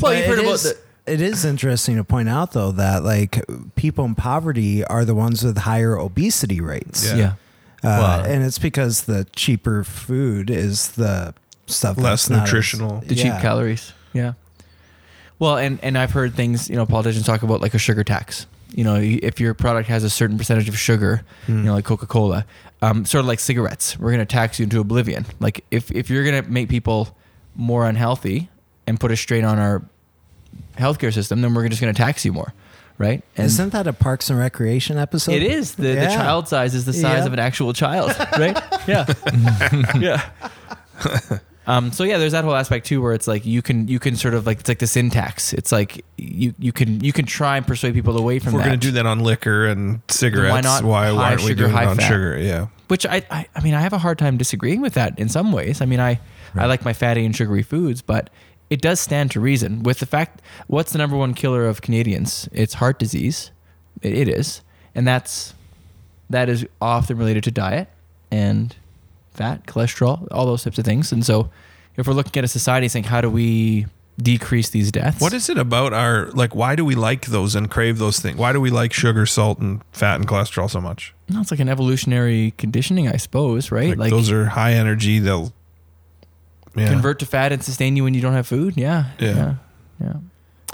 Speaker 4: well, you've
Speaker 6: But
Speaker 4: heard
Speaker 6: it
Speaker 4: about
Speaker 6: is-
Speaker 4: the.
Speaker 6: It is interesting to point out, though, that like people in poverty are the ones with higher obesity rates,
Speaker 3: Yeah.
Speaker 4: Yeah.
Speaker 6: uh,
Speaker 5: Wow.
Speaker 6: and it's because the cheaper food is the stuff
Speaker 3: Less
Speaker 6: that's not as-
Speaker 3: nutritional.
Speaker 4: the cheap
Speaker 6: Yeah.
Speaker 4: calories. Yeah. Well, and and I've heard things, you know, politicians talk about like a sugar tax. You know, y- if your product has a certain percentage of sugar, you know, like Coca Cola, um, sort of like cigarettes, we're gonna tax you into oblivion. Like if if you're gonna make people more unhealthy and put a strain on our healthcare system, then we're just gonna tax you more, right? And
Speaker 6: Isn't that a Parks and Recreation episode?
Speaker 4: it is the, the
Speaker 6: Yeah.
Speaker 4: child size is the size
Speaker 6: Yeah.
Speaker 4: of an actual child, right? yeah, yeah. Um, so yeah, there's that whole aspect too, where it's like you can you can sort of like it's like the syntax. It's like you you can you can try and persuade people away from
Speaker 3: If we're
Speaker 4: that.
Speaker 3: going to do that on liquor and cigarettes, why,
Speaker 4: not
Speaker 3: why,
Speaker 4: high
Speaker 3: aren't we
Speaker 4: sugar,
Speaker 3: doing
Speaker 4: high
Speaker 3: it on
Speaker 4: fat?
Speaker 3: sugar? Yeah.
Speaker 4: Which I, I I mean I have a hard time disagreeing with that in some ways. I mean I I like my fatty and sugary foods, but it does stand to reason with the fact what's the number one killer of Canadians? It's heart disease. It, it is, and that's that is often related to diet and fat, cholesterol, all those types of things. And so, if we're looking at a society saying, how do we decrease these deaths?
Speaker 3: What is it about our, like, why do we like those and crave those things? Why do we like sugar, salt, and fat and cholesterol so much?
Speaker 4: No, it's like an evolutionary conditioning, I suppose, right?
Speaker 3: Like, those are high energy. They'll yeah.
Speaker 4: convert to fat and sustain you when you don't have food. Yeah.
Speaker 3: Yeah.
Speaker 4: Yeah. yeah.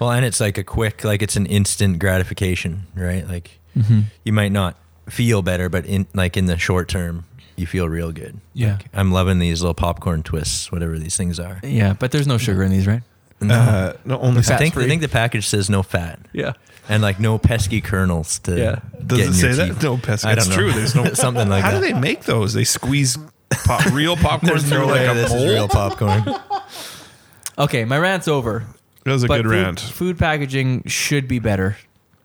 Speaker 5: Well, and it's like a quick, like it's an instant gratification, right? Like
Speaker 4: Mm-hmm.
Speaker 5: you might not feel better, but in like in the short term, you feel real good.
Speaker 4: Yeah.
Speaker 5: Like, I'm loving these little popcorn twists, whatever these things are.
Speaker 4: Yeah, but there's no sugar in these, right?
Speaker 3: Uh, no, only
Speaker 5: I
Speaker 3: fat
Speaker 5: think
Speaker 3: free.
Speaker 5: I think the package says no fat.
Speaker 4: Yeah.
Speaker 5: And like no pesky kernels to
Speaker 4: Yeah.
Speaker 3: Does it
Speaker 5: get in
Speaker 3: say
Speaker 5: your
Speaker 3: that?
Speaker 5: teeth.
Speaker 3: No pesky.
Speaker 5: I don't
Speaker 3: It's
Speaker 5: know.
Speaker 3: true, there's no-
Speaker 5: something like
Speaker 3: How
Speaker 5: that.
Speaker 3: do they make those? They squeeze pop, real popcorn
Speaker 5: There's
Speaker 3: through
Speaker 5: no way
Speaker 3: like a
Speaker 5: this
Speaker 3: bowl.
Speaker 5: is real popcorn.
Speaker 4: Okay, my rant's over.
Speaker 3: That was a
Speaker 4: But
Speaker 3: good
Speaker 4: food,
Speaker 3: rant.
Speaker 4: food packaging should be better,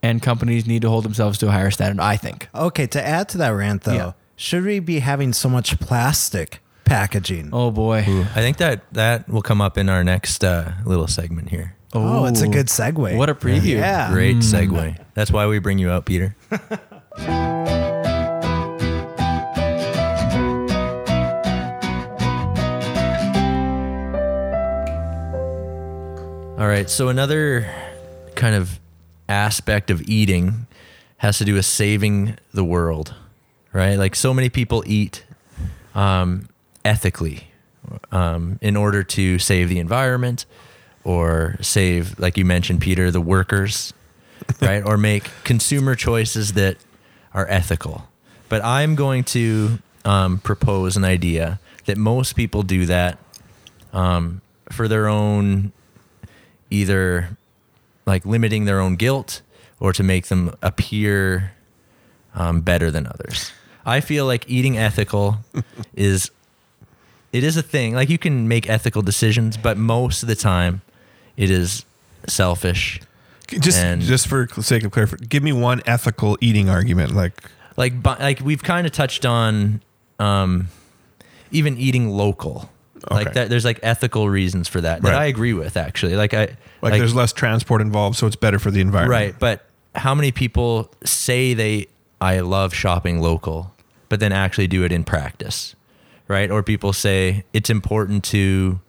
Speaker 4: and companies need to hold themselves to a higher standard. I think.
Speaker 6: Okay, to add to that rant though,
Speaker 4: Yeah.
Speaker 6: should we be having so much plastic packaging?
Speaker 4: Oh boy.
Speaker 5: I think that that will come up in our next uh, little segment here.
Speaker 6: Oh, it's a
Speaker 4: Ooh.
Speaker 6: good segue.
Speaker 4: What a preview.
Speaker 6: Yeah.
Speaker 5: Great segue. That's why we bring you out, Peter. All right. So another kind of aspect of eating has to do with saving the world, right? Like so many people eat um, ethically um, in order to save the environment or save, like you mentioned, Peter, the workers, right? or make consumer choices that are ethical. But I'm going to um, propose an idea that most people do that um, for their own either like limiting their own guilt or to make them appear um, better than others. I feel like eating ethical is it is a thing. Like you can make ethical decisions, but most of the time, it is selfish.
Speaker 3: Just
Speaker 5: and-
Speaker 3: just for sake of clarification, give me one ethical eating argument. Like
Speaker 5: Like bu- like we've kind of touched on, um, even eating local. Like
Speaker 3: Okay.
Speaker 5: that, there's like ethical reasons for that that
Speaker 3: Right.
Speaker 5: I agree with actually. Like I
Speaker 3: like, there's less transport involved, so it's better for the environment.
Speaker 5: Right, but how many people say they I love shopping local, but then actually do it in practice, right? Or people say it's important to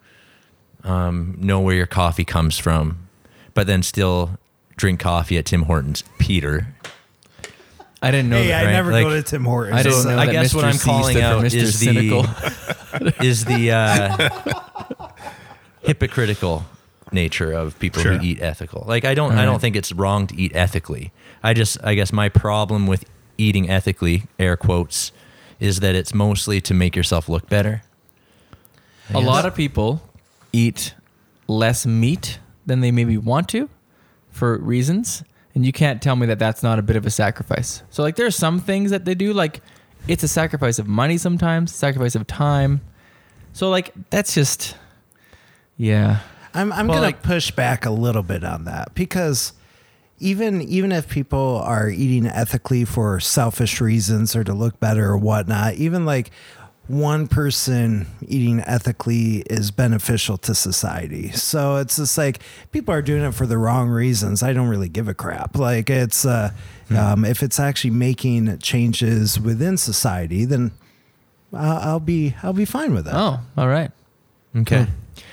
Speaker 5: um, know where your coffee comes from, but then still drink coffee at Tim Hortons. Peter,
Speaker 4: I didn't know
Speaker 6: Hey,
Speaker 4: that.
Speaker 6: I
Speaker 5: right?
Speaker 6: never
Speaker 5: Like,
Speaker 6: go to Tim Hortons.
Speaker 4: I didn't know
Speaker 5: I
Speaker 4: that
Speaker 5: guess what
Speaker 4: Mr.
Speaker 5: I'm
Speaker 4: C
Speaker 5: calling
Speaker 4: stood for
Speaker 5: out
Speaker 4: Mr.
Speaker 5: is the-
Speaker 4: Cynical.
Speaker 5: is the uh, hypocritical nature of people
Speaker 3: Sure.
Speaker 5: who eat ethical. Like I don't I don't
Speaker 4: Alright.
Speaker 5: think it's wrong to eat ethically. I just I guess my problem with eating ethically, air quotes, is that it's mostly to make yourself look better.
Speaker 4: A lot of people eat less meat than they maybe want to for reasons. And you can't tell me that that's not a bit of a sacrifice. So, like, there are some things that they do, like, it's a sacrifice of money sometimes, sacrifice of time. So, like, that's just, yeah.
Speaker 6: I'm, I'm
Speaker 4: Well,
Speaker 6: gonna
Speaker 4: like-
Speaker 6: push back a little bit on that because even even if people are eating ethically for selfish reasons or to look better or whatnot, even like one person eating ethically is beneficial to society. So it's just like people are doing it for the wrong reasons. I don't really give a crap. Like it's uh,
Speaker 4: Hmm.
Speaker 6: um, if it's actually making changes within society, then I'll, I'll be I'll be fine with it.
Speaker 4: Oh, all right.
Speaker 5: Okay.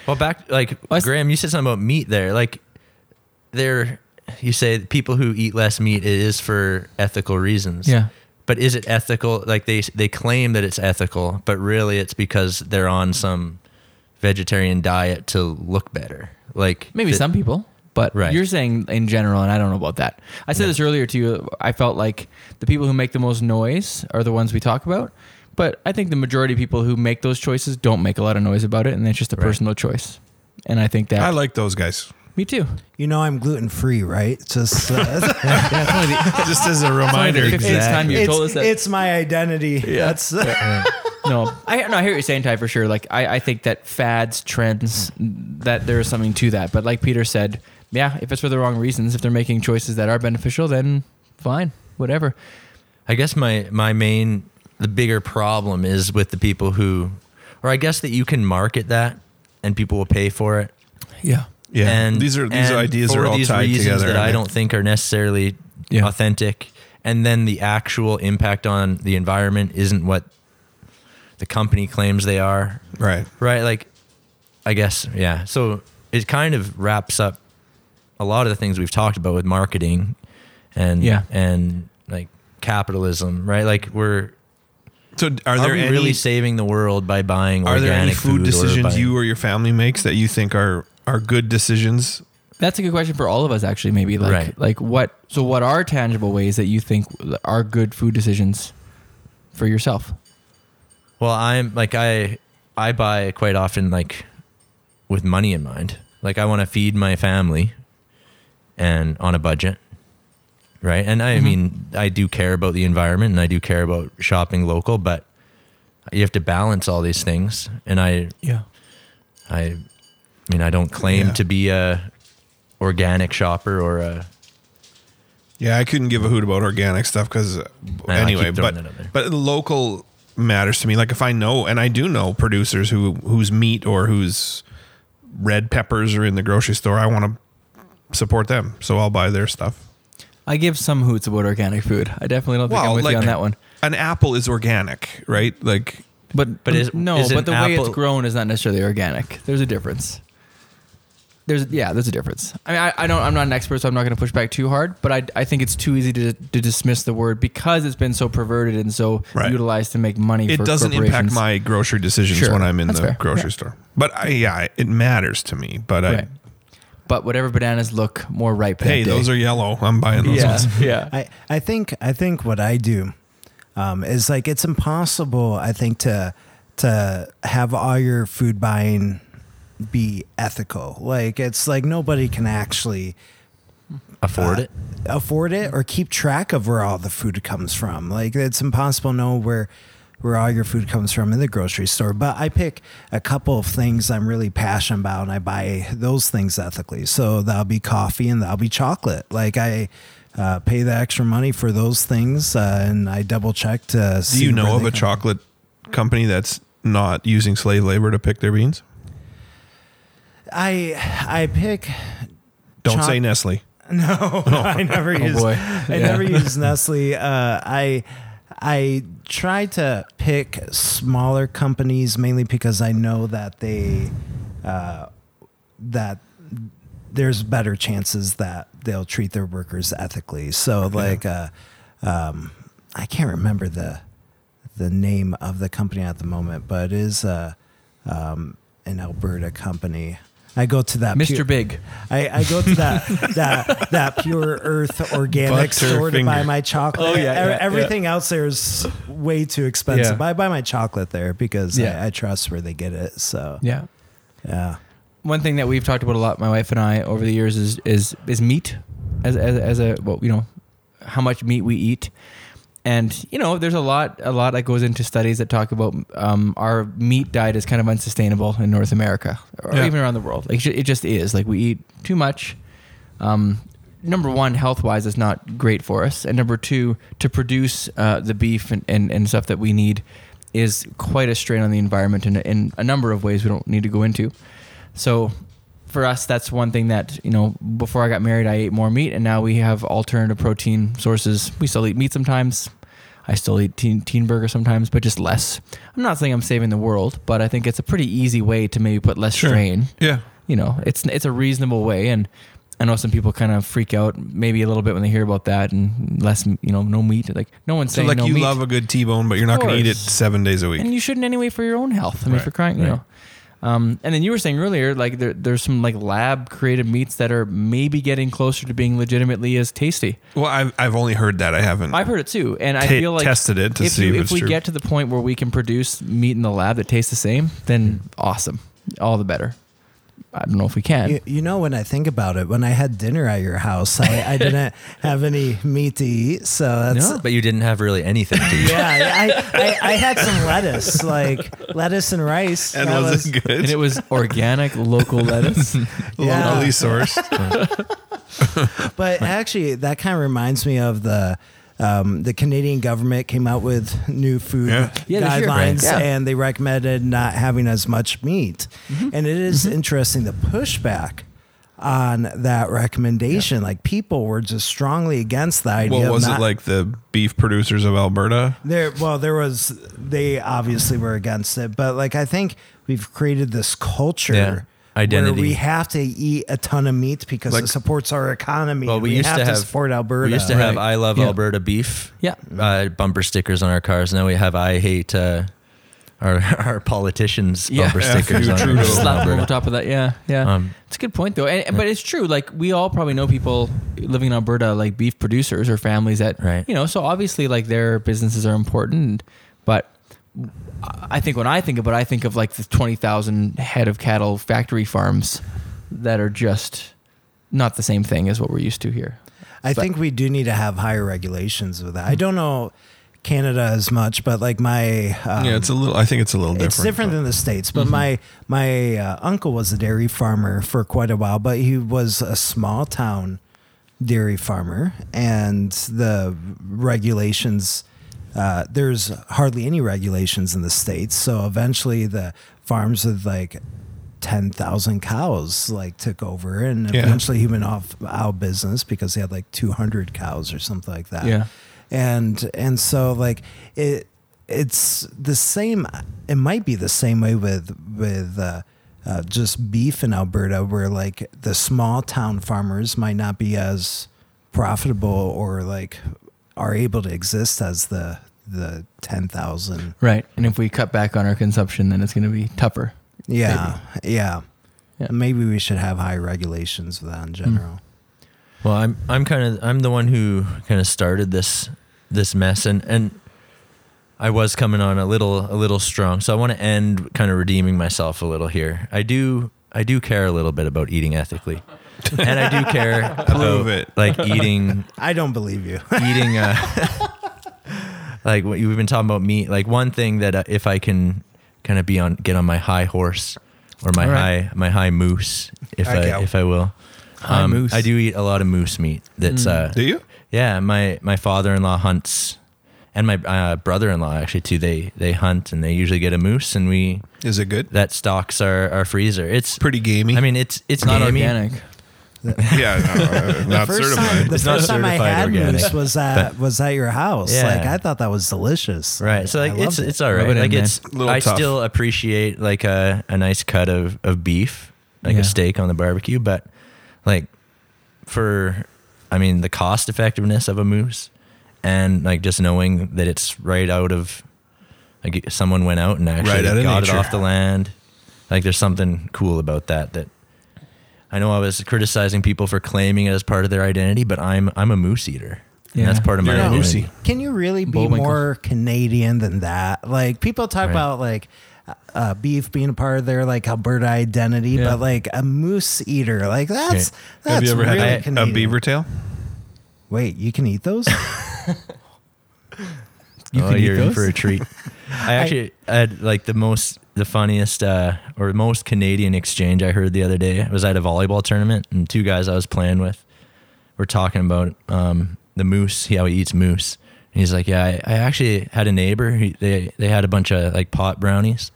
Speaker 5: Well, back like
Speaker 4: Well, Hmm. I s-
Speaker 5: Graham, you said something about meat there. Like there, you say people who eat less meat it is for ethical reasons.
Speaker 4: Yeah.
Speaker 5: But is it ethical? Like they they claim that it's ethical, but really it's because they're on some vegetarian diet to look better. Like
Speaker 4: Maybe
Speaker 5: the-
Speaker 4: some people, but
Speaker 5: Right.
Speaker 4: you're saying in general, and I don't know about that. I said this earlier to you. I felt like the people who make the most noise are the ones we talk about, but I think the majority of people who make those choices don't make a lot of noise about it, and it's just a
Speaker 5: Right.
Speaker 4: personal choice. And I think that
Speaker 3: I like those guys.
Speaker 4: me too.
Speaker 6: You know I'm gluten free, right? Just uh,
Speaker 3: Just as a reminder,
Speaker 4: It's only the 15th time you
Speaker 6: it's,
Speaker 4: told us that.
Speaker 6: it's my identity. That's
Speaker 4: no, I no, I hear what you're saying, Ty, for sure. Like I, I think that fads, trends, that there is something to that. But like Peter said, yeah, if it's for the wrong reasons, if they're making choices that are beneficial, then fine, whatever.
Speaker 5: I guess my my main the bigger problem is with the people who, or I guess that you can market that and people will pay for it.
Speaker 4: Yeah.
Speaker 3: yeah.
Speaker 5: And
Speaker 3: these are these
Speaker 5: and
Speaker 3: ideas
Speaker 5: for
Speaker 3: are all
Speaker 5: these
Speaker 3: tied
Speaker 5: reasons
Speaker 3: together.
Speaker 5: that I don't think are necessarily
Speaker 4: Yeah.
Speaker 5: authentic. And then the actual impact on the environment isn't what the company claims they are.
Speaker 3: Right.
Speaker 5: Right. Like, I guess, yeah. So it kind of wraps up a lot of the things we've talked about with marketing and,
Speaker 4: Yeah.
Speaker 5: and like capitalism, right? Like, we're,
Speaker 3: So are
Speaker 5: are,
Speaker 3: there
Speaker 5: we
Speaker 3: any
Speaker 5: really saving the world by buying
Speaker 3: are there any
Speaker 5: organic
Speaker 3: food
Speaker 5: or by-
Speaker 3: decisions you or your family makes that you think are are good decisions?
Speaker 4: That's a good question for all of us, actually. Maybe like
Speaker 5: Right.
Speaker 4: like what? So, what are tangible ways that you think are good food decisions for yourself?
Speaker 5: Well, I'm like I I buy quite often like with money in mind. Like I want to feed my family and on a budget. Right? And I mean, I do care about the environment and I do care about shopping local, but you have to balance all these things and I
Speaker 4: Yeah.
Speaker 5: I mean, I don't claim
Speaker 3: Yeah.
Speaker 5: to be a organic shopper or a
Speaker 3: Yeah, I couldn't give a hoot about organic stuff because
Speaker 5: I
Speaker 3: anyway,
Speaker 5: keep
Speaker 3: but
Speaker 5: throwing that up there.
Speaker 3: but local matters to me. Like if I know, and I do know producers who whose meat or whose red peppers are in the grocery store, I want to support them, so I'll buy their stuff.
Speaker 4: I give some hoots about organic food. I definitely don't think I'm with you on that one.
Speaker 3: An apple is organic, right? Like
Speaker 4: But
Speaker 5: But is-
Speaker 4: no,
Speaker 5: is
Speaker 4: but
Speaker 5: an
Speaker 4: the way it's
Speaker 5: apple-
Speaker 4: grown is not necessarily organic. There's a difference. There's yeah, there's a difference. I mean, I, I don't. I'm not an expert, so I'm not going to push back too hard. But I, I think it's too easy to, to dismiss the word because it's been so perverted and so
Speaker 3: Right.
Speaker 4: utilized to make money.
Speaker 3: it
Speaker 4: for
Speaker 3: doesn't impact
Speaker 4: corporations.
Speaker 3: my grocery decisions
Speaker 4: Sure,
Speaker 3: when I'm in
Speaker 4: that's
Speaker 3: the
Speaker 4: fair,
Speaker 3: grocery
Speaker 4: yeah.
Speaker 3: store. But I, yeah, it matters to me. But
Speaker 4: Right. But whatever bananas look more ripe.
Speaker 3: I, hey, those are yellow. I'm buying those
Speaker 4: yeah,
Speaker 3: ones.
Speaker 4: yeah.
Speaker 6: I, I think I think what I do um, is like it's impossible. I think to to have all your food buying be ethical. Like it's like nobody can actually
Speaker 5: afford it.
Speaker 6: Uh, afford it or keep track of where all the food comes from. Like it's impossible to know where where all your food comes from in the grocery store. But I pick a couple of things I'm really passionate about and I buy those things ethically. So that'll be coffee and that'll be chocolate. Like I uh, pay the extra money for those things uh, and I double check to see
Speaker 3: Do you
Speaker 6: where
Speaker 3: know of
Speaker 6: they
Speaker 3: a
Speaker 6: come-
Speaker 3: chocolate company that's not using slave labor to pick their beans?
Speaker 6: I I pick
Speaker 3: Don't
Speaker 6: Choc-
Speaker 3: say Nestle.
Speaker 6: No, I never use.
Speaker 4: Oh. boy.
Speaker 6: I
Speaker 4: Yeah.
Speaker 6: never use Nestle. Uh, I I try to pick smaller companies mainly because I know that they uh, that there's better chances that they'll treat their workers ethically. So like, uh, um, I can't remember the the name of the company at the moment, but it is uh, um, an Alberta company. I go to that
Speaker 4: Mr.
Speaker 6: pu-
Speaker 4: Big.
Speaker 6: I, I go to that that that pure earth organic store to
Speaker 3: Butterfinger.
Speaker 6: buy my chocolate.
Speaker 4: Oh, yeah,
Speaker 6: E-
Speaker 4: yeah, yeah.
Speaker 6: everything else there is way too expensive.
Speaker 4: Yeah.
Speaker 6: I buy my chocolate there because
Speaker 4: Yeah.
Speaker 6: I, I trust where they get it. So
Speaker 4: Yeah.
Speaker 6: yeah.
Speaker 4: one thing that we've talked about a lot, my wife and I, over the years is is is meat, as as as a well, you know, how much meat we eat, and you know, there's a lot a lot that goes into studies that talk about um, our meat diet is kind of unsustainable in North America or
Speaker 3: Yeah.
Speaker 4: even around the world. Like it ju- it just is. Like we eat too much. Um, number one, health wise, it's not great for us, and number two, to produce uh, the beef and, and and stuff that we need. Is quite a strain on the environment in, in a number of ways we don't need to go into. So for us, that's one thing that, you know, before I got married, I ate more meat and now we have alternative protein sources. We still eat meat sometimes. I still eat teen, teen burger sometimes, but just less. I'm not saying I'm saving the world, but I think it's a pretty easy way to maybe put less strain.
Speaker 3: Yeah.
Speaker 4: You know, it's it's a reasonable way, and I know some people kind of freak out maybe a little bit when they hear about that and less, you know, no meat. Like no one's
Speaker 3: So
Speaker 4: saying
Speaker 3: like
Speaker 4: no
Speaker 3: you
Speaker 4: meat.
Speaker 3: love a good T-bone, but you're not going to eat it
Speaker 4: course.
Speaker 3: seven days a week.
Speaker 4: And you shouldn't anyway for your own health. I mean,
Speaker 3: Right,
Speaker 4: for crying, you
Speaker 3: right.
Speaker 4: know. Um, and then you were saying earlier, like there, there's some like lab created meats that are maybe getting closer to being legitimately as tasty.
Speaker 3: Well, I've, I've only heard that. I haven't.
Speaker 4: I've heard it too, and I
Speaker 3: Ta-
Speaker 4: feel like
Speaker 3: tested it to
Speaker 4: if
Speaker 3: see
Speaker 4: you-
Speaker 3: if
Speaker 4: if
Speaker 3: it's
Speaker 4: we
Speaker 3: true.
Speaker 4: get to the point where we can produce meat in the lab that tastes the same, then
Speaker 3: Mm.
Speaker 4: awesome, all the better. I don't know if we can.
Speaker 6: You, you know when I think about it, when I had dinner at your house, I, I didn't have any meat to eat, so that's
Speaker 4: No.
Speaker 5: But you didn't have really anything to eat.
Speaker 6: yeah. I, I, I had some lettuce, like lettuce and rice.
Speaker 3: and
Speaker 6: That
Speaker 3: was it
Speaker 4: And
Speaker 3: good?
Speaker 4: it was organic local lettuce.
Speaker 6: yeah.
Speaker 3: Locally sourced.
Speaker 6: But actually, that kind of reminds me of the um, the Canadian government came out with new food
Speaker 3: Yeah.
Speaker 4: Yeah, this year, right.
Speaker 6: guidelines,
Speaker 4: Yeah.
Speaker 6: and they recommended not having as much meat.
Speaker 4: Mm-hmm.
Speaker 6: And it is interesting the pushback on that recommendation. Like people were just strongly against the idea.
Speaker 3: What
Speaker 6: of
Speaker 3: was
Speaker 6: not-
Speaker 3: it like? The beef producers of Alberta.
Speaker 6: There, well, there was. They obviously were against it, but like I think we've created this culture.
Speaker 5: Yeah. Identity.
Speaker 6: Where we have to eat a ton of meat because
Speaker 3: Like-
Speaker 6: it supports our economy.
Speaker 5: Well, we, used
Speaker 6: have
Speaker 5: to have
Speaker 6: support Alberta.
Speaker 5: We used to have
Speaker 4: Right.
Speaker 5: "I love
Speaker 4: Yeah.
Speaker 5: Alberta beef."
Speaker 4: Yeah.
Speaker 5: uh, bumper stickers on our cars. Now we have "I hate uh, our our politicians"
Speaker 4: Yeah.
Speaker 5: bumper
Speaker 4: F
Speaker 5: stickers
Speaker 3: you,
Speaker 5: on our
Speaker 3: Trudeau.
Speaker 5: cars in
Speaker 4: slap over
Speaker 5: Alberta.
Speaker 4: top of that. Yeah, yeah.
Speaker 5: Um,
Speaker 4: it's a good point though, and, but it's true. Like we all probably know people living in Alberta, like beef producers or families that,
Speaker 5: Right.
Speaker 4: you know. So obviously, like their businesses are important, but I I think when I think about, it, I think of like the twenty thousand head of cattle factory farms that are just not the same thing as what we're used to here.
Speaker 6: I
Speaker 4: But-
Speaker 6: think we do need to have higher regulations with that. I don't know Canada as much, but like my um,
Speaker 3: yeah, it's a little. I think it's a little different.
Speaker 6: it's different than the states. But my my uh, uncle was a dairy farmer for quite a while, but he was a small town dairy farmer, and the regulations. Uh, there's hardly any regulations in the states, so eventually the farms with like ten thousand cows like took over, and
Speaker 3: Yeah.
Speaker 6: eventually he went off out of business because he had like two hundred cows or something like that
Speaker 4: Yeah.
Speaker 6: and and so like it it's the same it might be the same way with with uh, uh, just beef in Alberta where like the small town farmers might not be as profitable or like are able to exist as the the 10,000
Speaker 4: Right. And if we cut back on our consumption, then it's going to be tougher.
Speaker 6: yeah, yeah
Speaker 4: Yeah.
Speaker 6: maybe we should have high regulations with that in general
Speaker 5: Well, I'm I'm kind of I'm the one who kind of started this this mess and and I was coming on a little a little strong. So I want to end kind of redeeming myself a little here. I do I do care a little bit about eating ethically. and I do care
Speaker 3: Prove
Speaker 5: about
Speaker 3: it.
Speaker 5: like eating
Speaker 6: i don't believe you
Speaker 5: eating uh like what you- we've been talking about meat like one thing that uh, if i can kind of be on get on my high horse or my
Speaker 4: All right.
Speaker 5: high my high moose if
Speaker 6: High
Speaker 5: i
Speaker 6: cow.
Speaker 5: if i will Um,
Speaker 4: High moose.
Speaker 5: i do eat a lot of moose meat that's uh
Speaker 3: Do you?
Speaker 5: yeah my my father-in-law hunts and my uh, brother-in-law actually too they they hunt and they usually get a moose and we
Speaker 3: Is it good?
Speaker 5: that stocks our our freezer it's
Speaker 3: Pretty gamey.
Speaker 5: i mean it's it's not
Speaker 4: Gamey.
Speaker 5: organic
Speaker 4: organic.
Speaker 3: yeah, no, uh, not
Speaker 6: first
Speaker 3: certified.
Speaker 6: time, the
Speaker 5: It's not
Speaker 6: first time I
Speaker 5: certified
Speaker 6: had
Speaker 5: organic,
Speaker 6: moose was at was at your house.
Speaker 5: Yeah.
Speaker 6: Like I thought that was delicious.
Speaker 5: Right. So
Speaker 6: I
Speaker 5: like it's
Speaker 6: loved it.
Speaker 5: it's all
Speaker 4: Rub
Speaker 5: right.
Speaker 4: it in,
Speaker 5: like
Speaker 4: man.
Speaker 5: it's
Speaker 3: Little
Speaker 5: I
Speaker 3: tough.
Speaker 5: still appreciate like a, a nice cut of, of beef, like
Speaker 4: Yeah.
Speaker 5: a steak on the barbecue, but like for I mean the cost effectiveness of a moose and like just knowing that it's right out of like someone went out and
Speaker 3: Right
Speaker 5: actually
Speaker 3: out of
Speaker 5: got
Speaker 3: nature.
Speaker 5: it off the land. Like there's something cool about that that I know I was criticizing people for claiming it as part of their identity, but I'm I'm a moose eater.
Speaker 4: Yeah.
Speaker 5: And that's part of my
Speaker 3: You're not
Speaker 5: identity.
Speaker 3: moosey.
Speaker 6: Can you really be
Speaker 4: Bullwinkle.
Speaker 6: more Canadian than that? Like people talk
Speaker 5: Right.
Speaker 6: about like uh, beef being a part of their like Alberta identity,
Speaker 4: Yeah.
Speaker 6: but like a moose eater, like that's
Speaker 5: Okay.
Speaker 6: that's
Speaker 3: Have you ever
Speaker 6: really
Speaker 3: had a- a,
Speaker 6: Canadian.
Speaker 3: beaver tail?
Speaker 6: Wait, you can eat those?
Speaker 4: You
Speaker 5: oh,
Speaker 4: can eat
Speaker 5: you're in
Speaker 4: those?
Speaker 5: for a treat. I actually had like the most, the funniest, uh, or most Canadian exchange I heard the other day. I was at a volleyball tournament, and two guys I was playing with were talking about um, the moose, how he eats moose. And he's like, "Yeah, I, I actually had a neighbor. He, they they had a bunch of like pot brownies."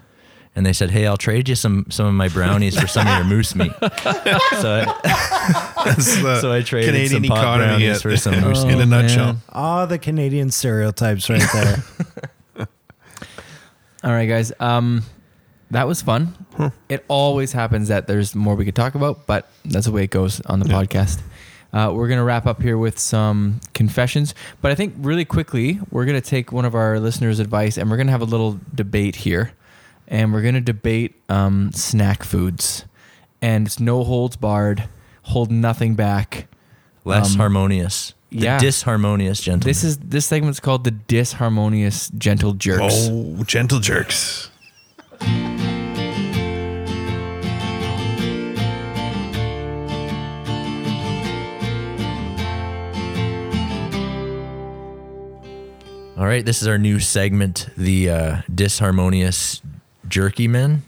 Speaker 5: And they said, "Hey, I'll trade you some some of my brownies for some of your moose meat." so, I, so I traded some pot brownies
Speaker 3: at-
Speaker 5: for some moose
Speaker 3: in
Speaker 5: meat.
Speaker 3: a
Speaker 4: Oh,
Speaker 3: nutshell.
Speaker 4: man.
Speaker 6: All the Canadian stereotypes right there.
Speaker 4: All right, guys. Um, that was fun. It always happens that there's more we could talk about, but that's the way it goes on the podcast. Uh, we're gonna wrap up here with some confessions, but I think really quickly we're gonna take one of our listeners' advice and we're gonna have a little debate here, and we're gonna debate um, snack foods, and it's no holds barred, hold nothing back.
Speaker 5: Less
Speaker 4: Um,
Speaker 5: harmonious, the
Speaker 4: yeah.
Speaker 5: disharmonious gentleman.
Speaker 4: This is this segment's called the disharmonious gentle jerks.
Speaker 3: Oh, gentle jerks.
Speaker 5: All right, this is our new segment, the uh, disharmonious jerky men.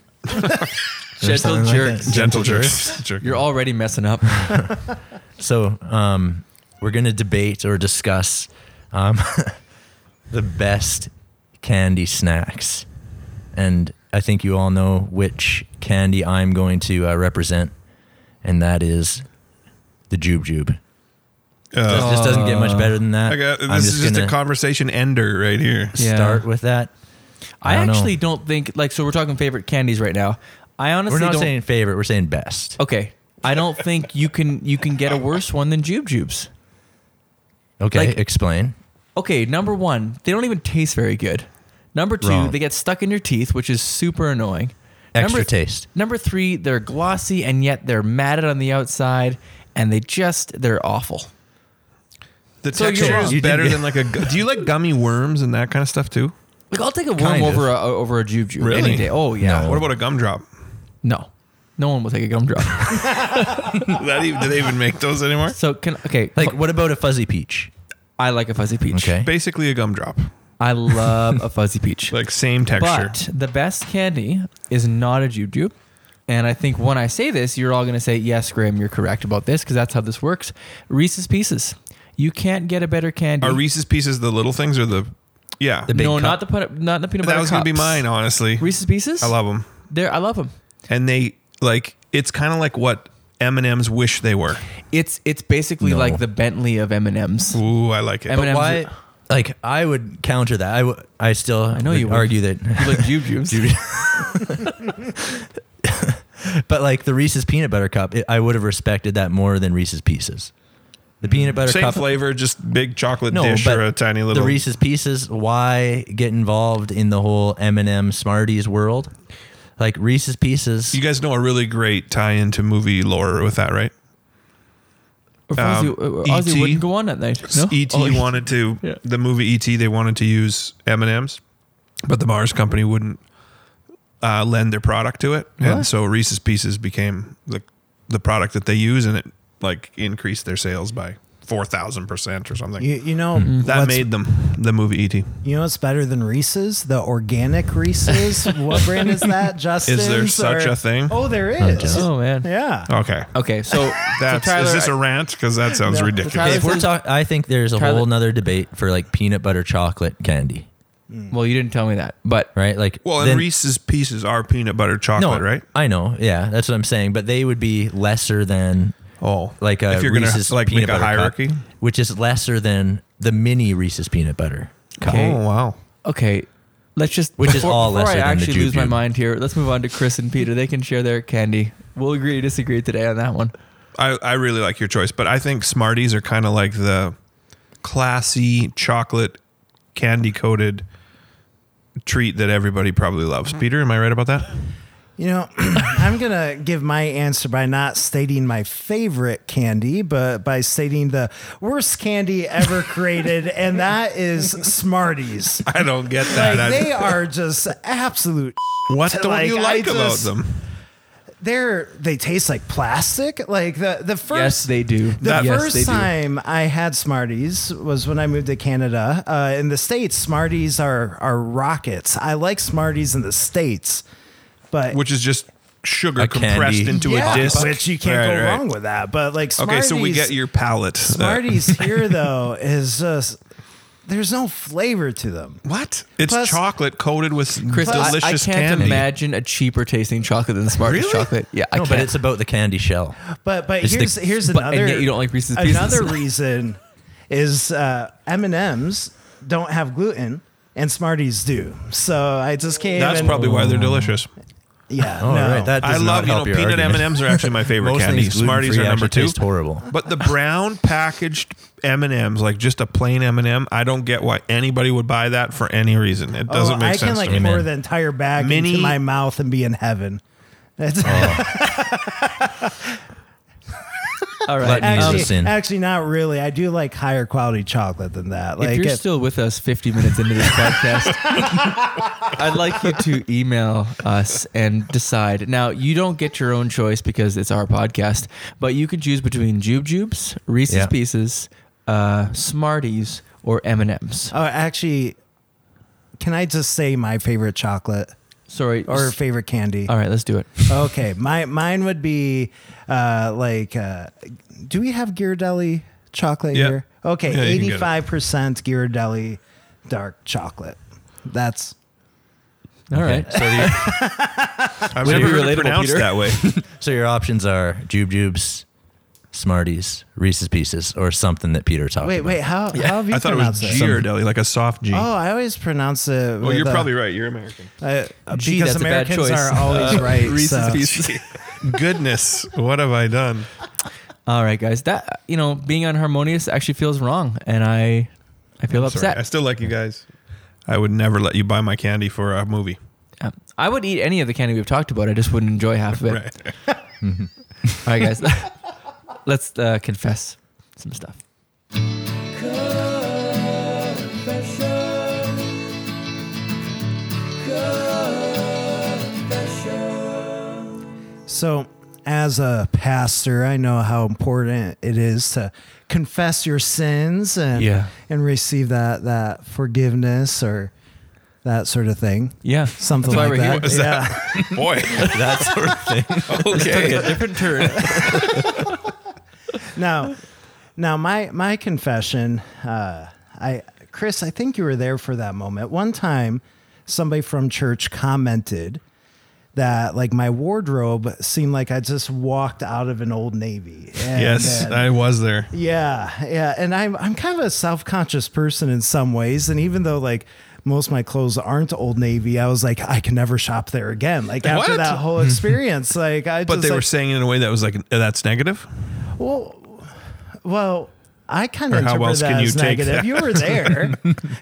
Speaker 4: Gentle
Speaker 6: like
Speaker 4: jerks.
Speaker 3: Gentle jerks. Jerk.
Speaker 4: You're already messing up.
Speaker 5: So um, we're going to debate or discuss um, the best candy snacks, and I think you all know which candy I'm going to uh, represent, and that is the jube jube.
Speaker 3: Uh,
Speaker 5: this doesn't get much better than that.
Speaker 3: I got, this
Speaker 5: I'm
Speaker 3: is just a
Speaker 5: gonna
Speaker 3: conversation ender right here.
Speaker 4: Yeah.
Speaker 5: start with that.
Speaker 4: I,
Speaker 5: don't know.
Speaker 4: actually don't think like so. We're talking favorite candies right now. I honestly
Speaker 5: we're not
Speaker 4: don't,
Speaker 5: saying favorite. We're saying best.
Speaker 4: okay. I don't think you can you can get a worse one than Jube Jubes.
Speaker 5: Okay,
Speaker 4: like-
Speaker 5: explain.
Speaker 4: Okay, number one, they don't even taste very good. Number two,
Speaker 5: Wrong.
Speaker 4: they get stuck in your teeth, which is super annoying.
Speaker 5: Extra
Speaker 4: number
Speaker 5: taste.
Speaker 4: Number three, they're glossy and yet they're matted on the outside, and they just they're awful.
Speaker 3: The
Speaker 4: So you're
Speaker 3: texture
Speaker 4: wrong.
Speaker 3: is
Speaker 4: You
Speaker 5: didn't
Speaker 3: better
Speaker 5: get-
Speaker 3: than like a. gu- Do you like gummy worms and that kind of stuff too?
Speaker 4: Like I'll take a worm
Speaker 5: Kind of.
Speaker 4: over a over a Jube Jube
Speaker 3: Really?
Speaker 4: any day. Oh yeah,
Speaker 5: No.
Speaker 3: What about a gumdrop?
Speaker 4: no. No one will take a gumdrop.
Speaker 3: That even, do they even make those anymore?
Speaker 4: so can okay.
Speaker 5: Like, what about a fuzzy peach?
Speaker 4: I like a fuzzy peach.
Speaker 5: Okay.
Speaker 3: Basically a gumdrop,
Speaker 4: I love a fuzzy peach.
Speaker 3: like same texture.
Speaker 4: But the best candy is not a jujube. And I think when I say this, you're all going to say, yes, Graham, you're correct about this because that's how this works. Reese's Pieces. You can't get a better candy.
Speaker 3: Are Reese's Pieces the little things or the? Yeah,
Speaker 5: big
Speaker 4: no,
Speaker 5: cup?
Speaker 4: not the put- not the peanut butter.
Speaker 3: that was gonna be
Speaker 4: cups.
Speaker 3: mine. Honestly,
Speaker 4: Reese's Pieces.
Speaker 3: I love them,
Speaker 4: They're, I love them.
Speaker 3: and they like it's kind of like what M and M's wish they were.
Speaker 4: It's it's basically
Speaker 5: No.
Speaker 4: like the Bentley of M and M's.
Speaker 3: Ooh, I like it.
Speaker 4: M&Ms.
Speaker 5: But why? Like, I would counter that. I, w- I still I
Speaker 4: know you would.
Speaker 5: argue that
Speaker 4: You like jujubes.
Speaker 5: But like the Reese's peanut butter cup, it, I would have respected that more than Reese's pieces.
Speaker 4: Mm-hmm.
Speaker 5: The peanut butter
Speaker 3: Same
Speaker 5: cup,
Speaker 3: flavor, just big chocolate
Speaker 5: no,
Speaker 3: dish
Speaker 5: but
Speaker 3: or a tiny little.
Speaker 5: the Reese's pieces. Why get involved in the whole M and M Smarties world? Like Reese's pieces.
Speaker 3: you guys know a really great tie into movie lore with that, right?
Speaker 4: Or Ozzy,
Speaker 3: Um,
Speaker 4: uh, Ozzy
Speaker 3: E.T.
Speaker 4: wouldn't go on that night. No?
Speaker 3: ET
Speaker 4: Oh,
Speaker 3: E wanted to
Speaker 4: Yeah.
Speaker 3: the movie ET. They wanted to use M and M's, but the Mars company wouldn't uh, lend their product to it, and so Reese's Pieces became the the product that they use, and it like increased their sales by four thousand percent or something.
Speaker 6: You, you know
Speaker 3: That
Speaker 6: what's-
Speaker 3: made them the movie E ET.
Speaker 6: you know what's better than Reese's? The organic Reese's. what brand is that, Justin?
Speaker 3: Is there such a thing?
Speaker 6: Oh, there is.
Speaker 4: Oh, man.
Speaker 6: Yeah.
Speaker 3: Okay,
Speaker 4: Okay, so,
Speaker 3: that's
Speaker 4: Oh, so Tyler,
Speaker 3: is this a rant? Because that sounds
Speaker 6: No.
Speaker 3: ridiculous.
Speaker 4: Tyler-
Speaker 5: if we're
Speaker 4: says-
Speaker 5: talking, I think there's a
Speaker 4: Tyler-
Speaker 5: whole nother debate for like peanut butter chocolate candy,
Speaker 4: well, you didn't tell me that, but
Speaker 5: right? Like
Speaker 3: Well, and
Speaker 5: then-
Speaker 3: Reese's Pieces are peanut butter
Speaker 5: no,
Speaker 3: chocolate, right?
Speaker 5: I know, yeah, that's what I'm saying. But they would be lesser than
Speaker 3: Oh,
Speaker 5: like a
Speaker 3: if you're
Speaker 5: Reese's
Speaker 3: gonna like
Speaker 5: peanut
Speaker 3: make a
Speaker 5: butter cup,
Speaker 3: hierarchy.
Speaker 5: which is lesser than the mini Reese's peanut butter. cup.
Speaker 4: Okay.
Speaker 3: Oh wow.
Speaker 4: okay. Let's just
Speaker 5: Which is
Speaker 4: before,
Speaker 5: all
Speaker 4: before
Speaker 5: lesser
Speaker 4: I
Speaker 5: than the
Speaker 4: actually lose my
Speaker 5: jujube.
Speaker 4: mind here. Let's move on to Chris and Peter. They can share their candy. We'll agree to disagree today on that one.
Speaker 3: I, I really like your choice, but I think Smarties are kind of like the classy chocolate candy coated treat that everybody probably loves. Peter, am I right about that?
Speaker 6: You know, I'm going to give my answer by not stating my favorite candy, but by stating the worst candy ever created, and that is Smarties.
Speaker 3: I don't get
Speaker 6: Like,
Speaker 3: that. I-
Speaker 6: they are just absolute.
Speaker 3: what don't
Speaker 6: like,
Speaker 3: you
Speaker 6: I
Speaker 3: like about
Speaker 6: just-
Speaker 3: them?
Speaker 6: They're they taste like plastic. Like the the first
Speaker 4: yes, they do.
Speaker 6: The
Speaker 4: That- yes,
Speaker 6: first
Speaker 4: they do.
Speaker 6: time I had Smarties was when I moved to Canada. Uh, in the states, Smarties are are rockets. I like Smarties in the states, but
Speaker 3: Which is just sugar
Speaker 5: A candy.
Speaker 3: compressed into
Speaker 6: yeah,
Speaker 3: a disc.
Speaker 6: which you can't
Speaker 3: Right,
Speaker 6: go
Speaker 3: right.
Speaker 6: wrong with that. But like,
Speaker 3: Okay,
Speaker 6: Smarties,
Speaker 3: so we get your palate. Uh,
Speaker 6: Smarties here though is just there's no flavor to them.
Speaker 3: what? It's
Speaker 6: Plus-
Speaker 3: chocolate coated with
Speaker 4: Chris, I-
Speaker 3: delicious
Speaker 4: I, can't
Speaker 3: candy.
Speaker 4: imagine a cheaper tasting chocolate than Smarties
Speaker 3: Really?
Speaker 4: chocolate. Yeah, I
Speaker 5: no,
Speaker 4: can't.
Speaker 5: but it's about the candy shell.
Speaker 6: But but
Speaker 5: It's the-
Speaker 6: here's here's
Speaker 4: but-
Speaker 6: another
Speaker 4: and yet you don't like Reese's Pieces.
Speaker 6: another reason is uh, M and M's don't have gluten. And Smarties do, so I just can't.
Speaker 3: That's
Speaker 6: even-
Speaker 3: probably why they're delicious.
Speaker 6: yeah.
Speaker 5: All
Speaker 6: no.
Speaker 5: right, that does
Speaker 3: I
Speaker 5: not
Speaker 3: love you
Speaker 5: help
Speaker 3: know
Speaker 5: your
Speaker 3: peanut M
Speaker 5: argument.
Speaker 3: and M's are actually my favorite
Speaker 5: Most
Speaker 3: candy.
Speaker 5: things
Speaker 3: Smarties are
Speaker 5: gluten-free
Speaker 3: number
Speaker 5: actually
Speaker 3: two.
Speaker 5: taste horrible.
Speaker 3: But the brown packaged M and M's, like just a plain M and m I don't get why anybody would buy that for any reason. It doesn't
Speaker 6: Oh,
Speaker 3: make
Speaker 6: I
Speaker 3: sense.
Speaker 6: can like
Speaker 3: to me.
Speaker 5: me.
Speaker 6: pour
Speaker 5: Amen.
Speaker 6: the entire bag
Speaker 3: Mini-
Speaker 6: into my mouth and be in heaven.
Speaker 4: Oh,
Speaker 6: That's
Speaker 4: all right.
Speaker 5: Gluttony is a
Speaker 4: Um,
Speaker 5: sin.
Speaker 6: actually, actually not really. I do like higher quality chocolate than that. Like
Speaker 4: if you're
Speaker 6: it-
Speaker 4: still with us 50 minutes into this podcast, I'd like you to email us and decide. Now, you don't get your own choice because it's our podcast, but you could choose between Jube Jubes, Reese's
Speaker 5: Yeah.
Speaker 4: Pieces, uh, Smarties, or M&M's.
Speaker 6: oh, actually, can I just say my favorite chocolate
Speaker 4: Sorry.
Speaker 6: or
Speaker 4: s- Uh,
Speaker 6: favorite candy?
Speaker 4: all right, let's do it.
Speaker 6: Okay, my mine would be uh, like, uh, do we have Ghirardelli chocolate
Speaker 3: Yeah.
Speaker 6: here? Okay,
Speaker 3: Yeah, you can get it.
Speaker 6: eighty-five percent Ghirardelli dark chocolate. That's
Speaker 4: All right.
Speaker 5: So, the,
Speaker 3: I've
Speaker 4: Would it
Speaker 3: never
Speaker 4: be
Speaker 3: heard
Speaker 4: relatable,
Speaker 3: it pronounced
Speaker 4: Peter?
Speaker 3: that way.
Speaker 5: so your options are Jube Jubes, Smarties, Reese's Pieces, or something that Peter talked
Speaker 6: wait,
Speaker 5: about.
Speaker 6: wait. How how have you
Speaker 3: I thought it was
Speaker 6: pronounced it?
Speaker 3: Ghirardelli, like a soft G.
Speaker 6: Oh, I always pronounce it.
Speaker 3: well,
Speaker 6: with
Speaker 3: you're
Speaker 6: a-
Speaker 3: probably right. You're American.
Speaker 6: Uh,
Speaker 4: Gee,
Speaker 6: because
Speaker 4: that's a bad
Speaker 6: Americans
Speaker 4: choice. Uh,
Speaker 6: are always right.
Speaker 4: Reese's
Speaker 6: so.
Speaker 4: Pieces.
Speaker 3: Goodness, what have I done?
Speaker 4: All right, guys. That, you know, being unharmonious actually feels wrong, and I I feel
Speaker 3: Sorry,
Speaker 4: upset.
Speaker 3: I still like you guys. I would never let you buy my candy for a movie.
Speaker 4: Um, I would eat any of the candy we've talked about. I just wouldn't enjoy half of it. Mm-hmm.
Speaker 3: Right.
Speaker 4: All right, guys. Let's uh, confess some stuff.
Speaker 6: So, as a pastor, I know how important it is to confess your sins and
Speaker 4: Yeah.
Speaker 6: and receive that that forgiveness or that sort of thing.
Speaker 4: Yeah.
Speaker 6: Something
Speaker 4: That's why
Speaker 6: like
Speaker 4: we're here.
Speaker 6: that.
Speaker 3: What is
Speaker 6: yeah.
Speaker 3: that? Boy.
Speaker 5: that sort of thing.
Speaker 3: okay.
Speaker 4: Took a different turn.
Speaker 6: now, now my my confession. Uh, I Chris, I think you were there for that moment. One time, somebody from church commented that like my wardrobe seemed like I just walked out of an old Navy. And
Speaker 3: Yes,
Speaker 6: then-
Speaker 3: I was there.
Speaker 6: yeah, yeah, and I'm I'm kind of a self conscious person in some ways, and even though like. Most of my clothes aren't Old Navy. I was like, I can never shop there again. Like after
Speaker 3: What?
Speaker 6: that whole experience, like I.
Speaker 3: But
Speaker 6: just,
Speaker 3: they
Speaker 6: like,
Speaker 3: were saying it in a way that was like, uh, that's negative?
Speaker 6: well, well, I kind of
Speaker 3: Or how
Speaker 6: interpret
Speaker 3: else
Speaker 6: that
Speaker 3: can you
Speaker 6: as
Speaker 3: take
Speaker 6: negative.
Speaker 3: that?
Speaker 6: You were there,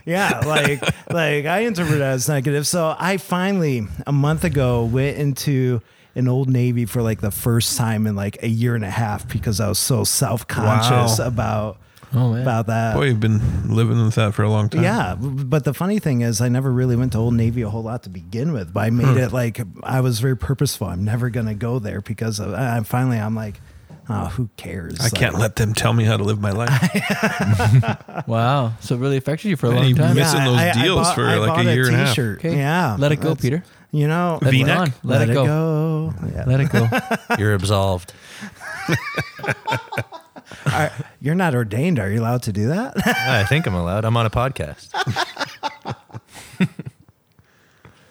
Speaker 6: yeah. Like, like I interpret that as negative. So I finally a month ago went into an old navy for like the first time in like a year and a half because I was so self conscious
Speaker 3: Wow.
Speaker 6: about
Speaker 4: Oh, man.
Speaker 6: about that.
Speaker 3: Boy, you've been living with that for a long time.
Speaker 6: Yeah, but the funny thing is, I never really went to Old Navy a whole lot to begin with. But I
Speaker 3: Hmm.
Speaker 6: made it like I was very purposeful. I'm never gonna go there because of, I I- finally I'm like, oh, who cares?
Speaker 3: I can't let them tell me how to live my life.
Speaker 4: Wow. So it really affected you for a long
Speaker 3: you
Speaker 4: time.
Speaker 3: miss- missing those deals for, like, a
Speaker 6: bought
Speaker 3: year and a half.
Speaker 6: t-shirt.
Speaker 4: Okay.
Speaker 6: Yeah,
Speaker 4: Let it go,
Speaker 6: that's-
Speaker 4: Peter.
Speaker 6: You know,
Speaker 4: Let
Speaker 3: V-neck?
Speaker 4: it on. Let, it go.
Speaker 6: go. Yeah.
Speaker 4: Let it go.
Speaker 5: You're absolved.
Speaker 6: Are- you're not ordained. Are you allowed to do that?
Speaker 5: I think I'm allowed. I'm on a podcast.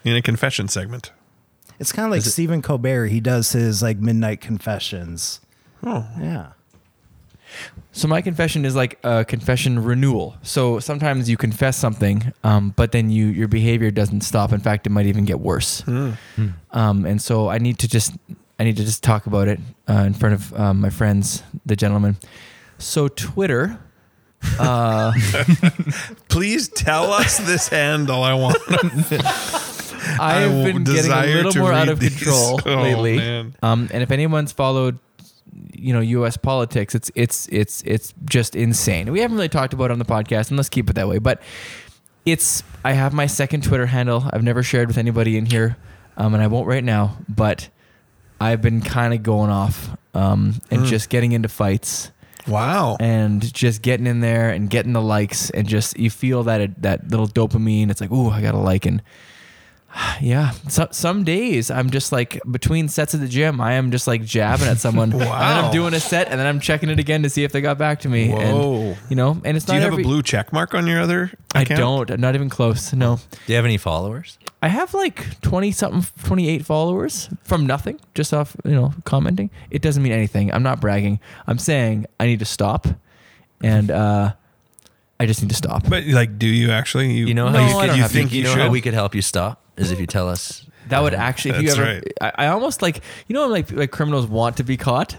Speaker 3: In a confession segment.
Speaker 6: it's kind of like Stephen Colbert. He does his like midnight confessions.
Speaker 3: Oh.
Speaker 6: Yeah.
Speaker 4: So my confession is like a confession renewal. So sometimes you confess something, um, but then you your behavior doesn't stop. In fact, it might even get worse.
Speaker 3: Hmm.
Speaker 4: Um, and so I need to just I need to just talk about it uh, in front of um, my friends, the gentlemen. So Twitter, uh,
Speaker 3: Please tell us this handle. I want.
Speaker 4: I have been getting a
Speaker 3: desire
Speaker 4: little
Speaker 3: to
Speaker 4: more
Speaker 3: read
Speaker 4: out of
Speaker 3: these.
Speaker 4: control
Speaker 3: Oh,
Speaker 4: lately.
Speaker 3: man.
Speaker 4: Um, and if anyone's followed, you know, U.S. politics, it's it's it's it's just insane. We haven't really talked about it on the podcast, and let's keep it that way. But it's I have my second Twitter handle. I've never shared with anybody in here, um, and I won't right now. But I've been kind of going off um, and just getting into fights
Speaker 3: Wow.
Speaker 4: and just getting in there and getting the likes and just you feel that that little dopamine. It's like, ooh, I got a like and yeah. So, some days I'm just like between sets at the gym, I am just like jabbing at someone. And then
Speaker 3: Wow.
Speaker 4: I'm doing a set and then I'm checking it again to see if they got back to me.
Speaker 3: Whoa.
Speaker 4: And you know, and it's
Speaker 3: Do
Speaker 4: not
Speaker 3: you have
Speaker 4: every-
Speaker 3: a blue check mark on your other
Speaker 4: I
Speaker 3: account?
Speaker 4: don't. I'm not even close. No.
Speaker 5: Do you have any followers?
Speaker 4: I have like 20 something, 28 followers from nothing, just off, you know, commenting. It doesn't mean anything. I'm not bragging. I'm saying I need to stop. And uh, I just need to stop.
Speaker 3: But like, do you actually? Oh, You,
Speaker 5: You know
Speaker 4: No,
Speaker 5: how
Speaker 4: I
Speaker 5: you,
Speaker 4: don't
Speaker 5: could,
Speaker 4: have
Speaker 5: you think
Speaker 3: to.
Speaker 5: you
Speaker 3: You
Speaker 5: know
Speaker 3: should.
Speaker 5: how we could help you stop is if you tell us.
Speaker 4: that would actually, if you
Speaker 3: That's
Speaker 4: ever,
Speaker 3: right.
Speaker 4: I, I almost like, you know, like, like criminals want to be caught.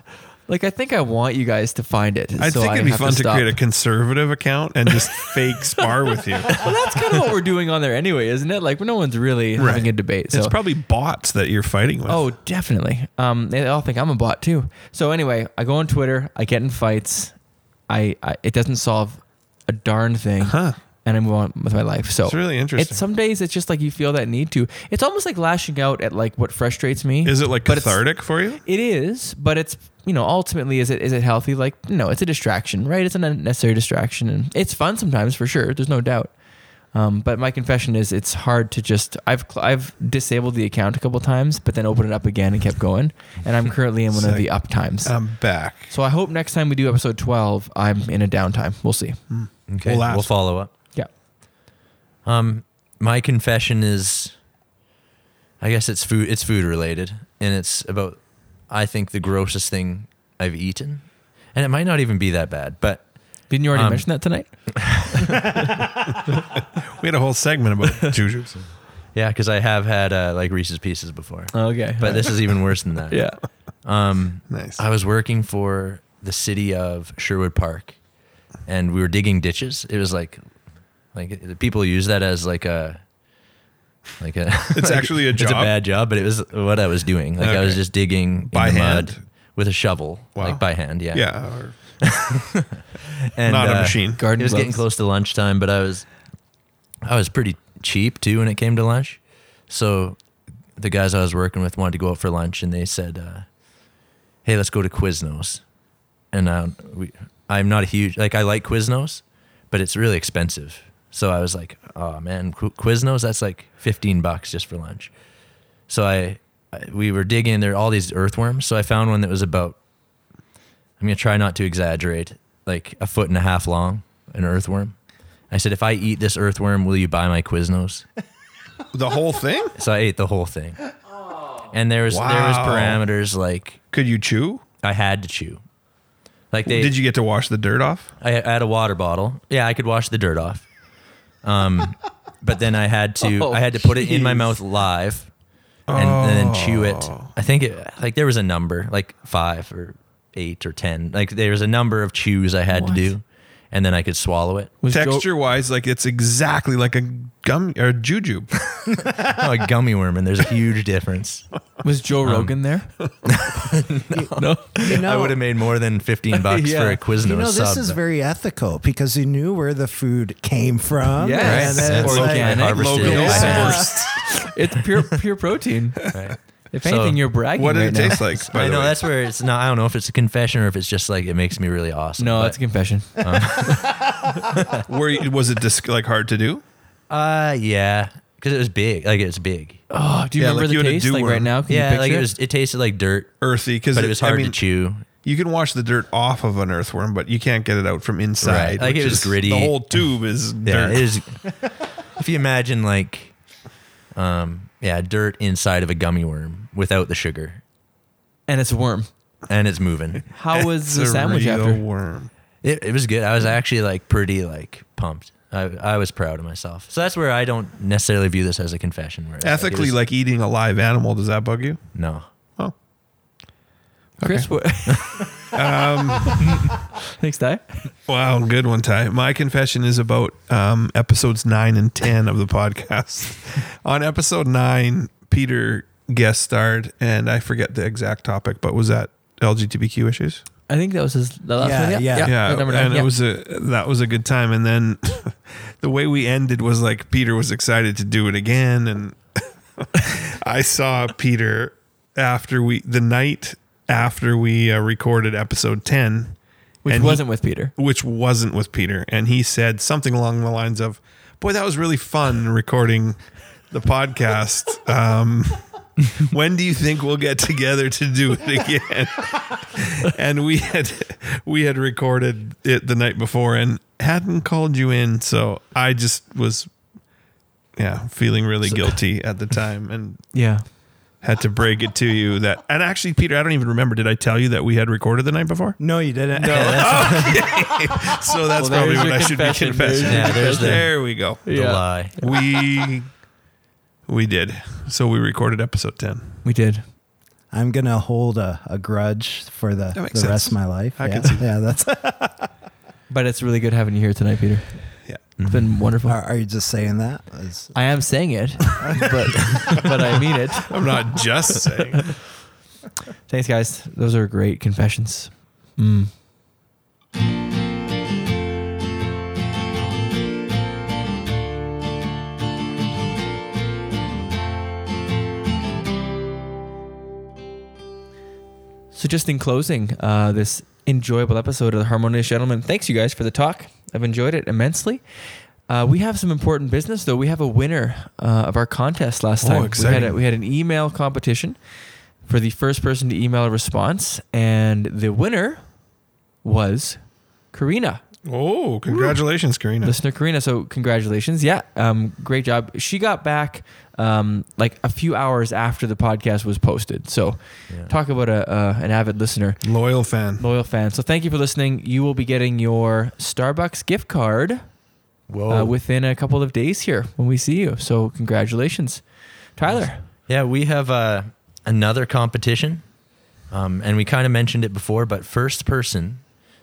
Speaker 4: Like, I think I want you guys to find it.
Speaker 3: I
Speaker 4: so
Speaker 3: think it'd
Speaker 4: I
Speaker 3: be
Speaker 4: have
Speaker 3: fun to,
Speaker 4: stop.
Speaker 3: create a conservative account and just fake spar with you.
Speaker 4: Well, that's kind of what we're doing on there anyway, isn't it? Like, no one's really having
Speaker 3: Right.
Speaker 4: a debate. So
Speaker 3: It's probably bots that you're fighting with.
Speaker 4: Oh, definitely. Um, they all think I'm a bot too. So anyway, I go on Twitter, I get in fights, I, I it doesn't solve a darn thing,
Speaker 3: Huh.
Speaker 4: and I move on with my life. So
Speaker 3: It's really interesting.
Speaker 4: It's some days it's just like you feel that need to. It's almost like lashing out at like what frustrates me.
Speaker 3: is it like
Speaker 4: but it's-
Speaker 3: cathartic for you?
Speaker 4: It is, but it's you know ultimately is it is it healthy? Like no, it's a distraction, right? It's an unnecessary distraction, and it's fun sometimes for sure. There's no doubt. Um, but my confession is it's hard to just I've cl- I've disabled the account a couple times, but then opened it up again and kept going, and I'm currently in one of
Speaker 3: Sick. Uh,
Speaker 4: the up times.
Speaker 3: I'm back.
Speaker 4: so I hope next time we do episode 12, I'm in a downtime. We'll see.
Speaker 5: Okay,
Speaker 3: We'll ask.
Speaker 5: we'll follow up.
Speaker 4: Yeah.
Speaker 5: Um, my confession is, I guess it's food. It's food related, and it's about, I think the grossest thing I've eaten, and it might not even be that bad, but
Speaker 4: Didn't you already
Speaker 5: Um,
Speaker 4: mention that tonight?
Speaker 3: We had a whole segment about jujubes.
Speaker 5: yeah, because I have had uh, like Reese's Pieces before,
Speaker 4: Okay.
Speaker 5: but this is even worse than that.
Speaker 4: yeah.
Speaker 5: Um,
Speaker 3: Nice.
Speaker 5: I was working for the city of Sherwood Park, and we were digging ditches. It was like, like the people use that as like a, like a.
Speaker 3: It's actually a
Speaker 5: It's a
Speaker 3: job?
Speaker 5: bad job, but it was what I was doing. Like I was
Speaker 3: Okay.
Speaker 5: just digging
Speaker 3: By
Speaker 5: in the
Speaker 3: hand?
Speaker 5: mud with a shovel,
Speaker 3: Wow.
Speaker 5: like by hand. Yeah,
Speaker 3: yeah, or
Speaker 5: and,
Speaker 3: not a
Speaker 5: uh,
Speaker 3: machine.
Speaker 4: Garden
Speaker 5: it was getting
Speaker 4: gloves.
Speaker 5: close to lunchtime, but I was I was pretty cheap too when it came to lunch. So the guys I was working with wanted to go out for lunch, and they said, uh, hey, let's go to Quiznos. And I, we, I'm not a huge, like, I like Quiznos, but it's really expensive. So I was like, oh man, Qu- Quiznos, that's like 15 bucks just for lunch. So I, I we were digging, there were all these earthworms. So I found one that was about, I'm going to try not to exaggerate, like a foot and a half long, an earthworm. I said, if I eat this earthworm, will you buy my Quiznos?
Speaker 3: The whole thing?
Speaker 5: So I ate the whole thing. And there was there was
Speaker 3: Wow.
Speaker 5: parameters like
Speaker 3: Could you chew?
Speaker 5: I had to chew. Like they
Speaker 3: Did you get to wash the dirt off?
Speaker 5: I, I had a water bottle. Yeah, I could wash the dirt off. Um but then I had to
Speaker 6: Oh,
Speaker 5: I had to put it in my mouth live and, and then chew it.
Speaker 6: Oh.
Speaker 5: I think it like there was a number, like 5 or 8 or 10. Like there was a number of chews I had to do and then I could swallow it.
Speaker 4: Was Joe-
Speaker 3: Texture wise, like it's exactly like a gum or a jujube.
Speaker 5: Oh, a gummy worm and there's a huge difference.
Speaker 4: was Joe Rogan there? no.
Speaker 6: You know,
Speaker 5: I would have made more than 15 bucks
Speaker 4: Yeah.
Speaker 5: for a Quiznos
Speaker 6: you know this
Speaker 5: sub,
Speaker 6: is
Speaker 5: though.
Speaker 6: very ethical because you knew where the food came from.
Speaker 4: Yes.
Speaker 6: and then
Speaker 4: Yes.
Speaker 6: it's
Speaker 4: Or
Speaker 6: like,
Speaker 4: organic.
Speaker 5: harvested.
Speaker 3: Local
Speaker 5: I had-
Speaker 4: It's pure pure protein.
Speaker 5: Right.
Speaker 4: If
Speaker 5: So-
Speaker 4: anything, you're bragging.
Speaker 3: What did
Speaker 4: right
Speaker 3: it
Speaker 4: now.
Speaker 3: taste like? By
Speaker 5: I
Speaker 3: the
Speaker 5: know
Speaker 3: way?
Speaker 5: that's where it's not. I don't know if it's a confession or if it's just like it makes me really awesome.
Speaker 4: No,
Speaker 5: but,
Speaker 4: that's a confession.
Speaker 3: Were you, was it disc, like hard to do?
Speaker 5: uh yeah, because it was big. Like it's big.
Speaker 4: Oh, do you
Speaker 3: Yeah,
Speaker 4: remember
Speaker 3: like you
Speaker 4: the
Speaker 3: had a
Speaker 4: taste? Like
Speaker 3: deworm.
Speaker 4: right now, can you
Speaker 5: yeah,
Speaker 4: picture
Speaker 5: like it was. It tasted like dirt,
Speaker 3: Earthy, because
Speaker 5: but it was hard to chew.
Speaker 3: You can wash the dirt off of an earthworm, but you can't get it out from inside.
Speaker 5: Right. Like,
Speaker 3: which
Speaker 5: it was
Speaker 3: is-
Speaker 5: gritty.
Speaker 3: The whole tube is
Speaker 5: Yeah,
Speaker 3: dirt.
Speaker 5: it is. if you imagine like, um, yeah, dirt inside of a gummy worm without the sugar,
Speaker 4: and it's a worm.
Speaker 5: and it's moving.
Speaker 4: How was the
Speaker 3: It's a
Speaker 4: sandwich
Speaker 3: real
Speaker 4: after?
Speaker 3: worm.
Speaker 5: It, it was good. I was actually like pretty like pumped. I, I was proud of myself. So that's where I don't necessarily view this as a confession. Where it
Speaker 3: Ethically,
Speaker 5: was-
Speaker 3: like eating a live animal, does that bug you?
Speaker 5: no.
Speaker 3: Oh,
Speaker 4: Chris, what?
Speaker 3: Um,
Speaker 4: thanks, Di.
Speaker 3: wow, good one, Ty. My confession is about um, episodes nine and ten of the podcast. On episode nine, Peter guest starred, and I forget the exact topic, but was that LGBTQ issues?
Speaker 4: I think that was his the last
Speaker 6: Yeah,
Speaker 4: one.
Speaker 6: yeah.
Speaker 3: yeah,
Speaker 4: number nine,
Speaker 3: and
Speaker 4: yeah.
Speaker 3: it was a that was a good time. And then the way we ended was like Peter was excited to do it again, and I saw Peter after we the night after we uh, recorded episode ten,
Speaker 4: which
Speaker 3: and he-
Speaker 4: wasn't with Peter.
Speaker 3: which wasn't with Peter, and he said something along the lines of, "Boy, that was really fun recording the podcast." Um, when do you think we'll get together to do it again? and we had we had recorded it the night before and hadn't called you in, so I just was yeah feeling really guilty at the time and
Speaker 4: Yeah,
Speaker 3: had to break it to you that and actually peter i don't even remember did i tell you that we had recorded the night before
Speaker 6: no, you didn't.
Speaker 3: so that's
Speaker 4: Well,
Speaker 3: probably
Speaker 4: there's
Speaker 3: what
Speaker 4: your
Speaker 3: I should be
Speaker 4: confession. There's
Speaker 3: confessing.
Speaker 4: your
Speaker 5: Yeah, there's the-
Speaker 3: there we go.
Speaker 5: The
Speaker 4: Yeah.
Speaker 5: lie.
Speaker 3: We we did. So we recorded episode ten.
Speaker 4: we did.
Speaker 6: I'm gonna hold a, a grudge for the,
Speaker 3: makes
Speaker 6: the rest
Speaker 3: sense.
Speaker 6: of my life.
Speaker 3: I
Speaker 6: yeah,
Speaker 3: can see
Speaker 6: yeah, that's.
Speaker 4: But it's really good having you here tonight, Peter.
Speaker 3: Yeah.
Speaker 4: It's
Speaker 5: Mm. Mm-hmm.
Speaker 4: been wonderful.
Speaker 6: Are, are you just saying that? Is-
Speaker 4: I am saying it, but but I mean it.
Speaker 3: I'm not just saying.
Speaker 4: Thanks, guys. Those are great confessions. Mm. So, just in closing, uh, this enjoyable episode of the Harmonious Gentleman. Thanks, you guys, for the talk. I've enjoyed it immensely. Uh, we have some important business, though. We have a winner uh, of our contest last
Speaker 3: Oh,
Speaker 4: time. We had,
Speaker 3: exciting.
Speaker 4: a, we had an email competition for the first person to email a response, and the winner was Karina,
Speaker 3: Oh, congratulations, Karina.
Speaker 4: listener Karina. So congratulations, yeah, um, great job. She got back um, like a few hours after the podcast was posted. So
Speaker 5: Yeah.
Speaker 4: talk about a uh, an avid listener,
Speaker 3: Loyal fan.
Speaker 4: loyal fan. So thank you for listening. You will be getting your Starbucks gift card
Speaker 5: Whoa.
Speaker 4: uh, within a couple of days here when we see you. So congratulations, Tyler.
Speaker 5: yeah, we have uh, another competition, um, and we kind of mentioned it before, but first person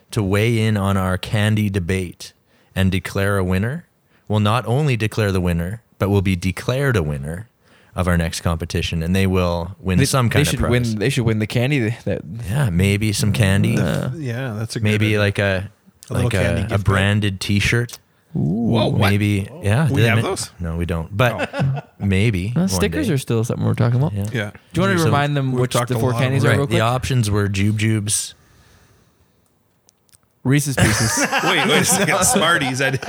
Speaker 5: to weigh in on our candy debate and declare a winner will not only declare the winner, but will be declared a winner of our next competition, and they will win some kind
Speaker 4: they should
Speaker 5: of prize.
Speaker 4: win. They should win the candy that.
Speaker 5: Yeah, maybe some candy,
Speaker 3: Yeah, Ah, that's a good
Speaker 5: maybe
Speaker 3: idea.
Speaker 5: like a,
Speaker 3: A little
Speaker 5: like
Speaker 3: candy
Speaker 5: a,
Speaker 3: gift
Speaker 5: a
Speaker 3: card.
Speaker 5: branded T-shirt.
Speaker 3: Whoa, what?
Speaker 5: maybe. Yeah.
Speaker 3: We
Speaker 5: did I
Speaker 3: have
Speaker 5: men-
Speaker 3: those?
Speaker 5: No, we don't. But maybe
Speaker 4: Uh,
Speaker 5: one
Speaker 4: stickers
Speaker 5: day.
Speaker 4: are still something we're talking about.
Speaker 5: Yeah.
Speaker 3: Yeah.
Speaker 4: Do you want to
Speaker 5: So
Speaker 4: remind them
Speaker 3: we've
Speaker 4: which
Speaker 3: talked
Speaker 4: the
Speaker 3: a
Speaker 4: four
Speaker 3: lot
Speaker 4: candies
Speaker 3: about-
Speaker 4: are
Speaker 5: Right.
Speaker 4: real quick?
Speaker 5: The options were Jube Jubes.
Speaker 4: Reese's Pieces.
Speaker 3: wait, wait a second. Smarties. I did-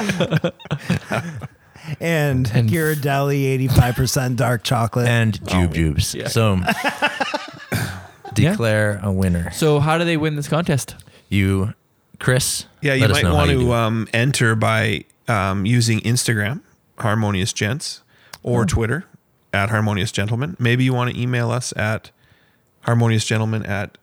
Speaker 6: and,
Speaker 4: And-
Speaker 6: Ghirardelli eighty five percent dark chocolate.
Speaker 5: and
Speaker 4: Oh,
Speaker 5: Jube Jubes. So declare a winner.
Speaker 4: so how do they win this contest?
Speaker 5: You, Chris.
Speaker 3: yeah, you
Speaker 5: let us
Speaker 3: might
Speaker 5: know how
Speaker 3: want
Speaker 5: you do.
Speaker 3: to um, enter by um, using Instagram, Harmonious Gents,
Speaker 4: Oh.
Speaker 3: or Twitter at Harmonious Gentlemen. Maybe you want to email us at harmoniousgentlemen at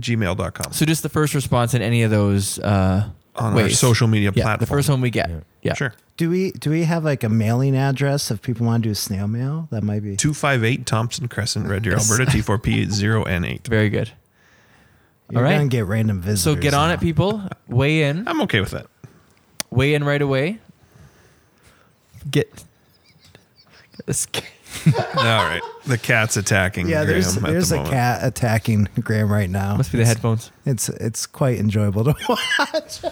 Speaker 3: gmail.com
Speaker 4: So just the first response in any of those uh,
Speaker 3: on our
Speaker 4: ways.
Speaker 3: social media
Speaker 4: yeah,
Speaker 3: platform.
Speaker 4: the first one we get. Yeah.
Speaker 3: Sure.
Speaker 6: do we do we have like a mailing address if people want to do snail mail? That might be
Speaker 3: 258 Thompson Crescent, Red Deer, Alberta, T4P80N8.
Speaker 4: Very good.
Speaker 6: you're
Speaker 4: all right.
Speaker 6: gonna get random visitors.
Speaker 4: So get on it, people. Weigh in.
Speaker 3: I'm okay with that.
Speaker 4: Weigh in right away. Get. This
Speaker 3: All right. The cat's attacking.
Speaker 6: Yeah, there's
Speaker 3: Graham at
Speaker 6: there's
Speaker 3: the
Speaker 6: a
Speaker 3: moment.
Speaker 6: cat attacking Graham right now.
Speaker 4: must be the
Speaker 6: It's-
Speaker 4: headphones.
Speaker 6: It's it's quite enjoyable to watch.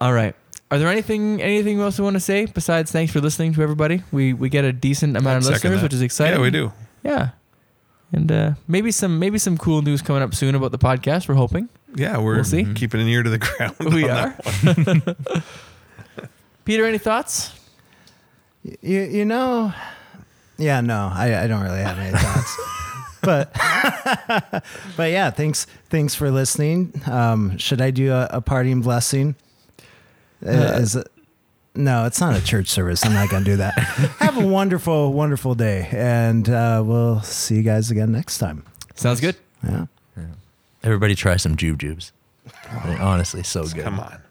Speaker 4: All right. Are there anything anything else we want to say besides thanks for listening to everybody? We we get a decent amount of
Speaker 3: Second
Speaker 4: listeners,
Speaker 3: that.
Speaker 4: which is exciting.
Speaker 3: Yeah, we do.
Speaker 4: Yeah. And uh, maybe some maybe some cool news coming up soon about the podcast. We're hoping
Speaker 3: Yeah, we're
Speaker 4: We'll see.
Speaker 3: keeping an ear to the ground.
Speaker 4: we
Speaker 3: on
Speaker 4: are.
Speaker 3: that.
Speaker 4: Peter, any thoughts?
Speaker 6: You you know, yeah, no, I, I don't really have any thoughts, but but yeah, thanks thanks for listening. Um, should I do a, a parting blessing? Uh, Is it, no, it's not a church service. I'm not gonna do that. have a wonderful wonderful day, and uh, we'll see you guys again next time.
Speaker 4: Sounds good.
Speaker 6: Yeah.
Speaker 5: Everybody try some Jube Jubes. Honestly, so good.
Speaker 3: Come on.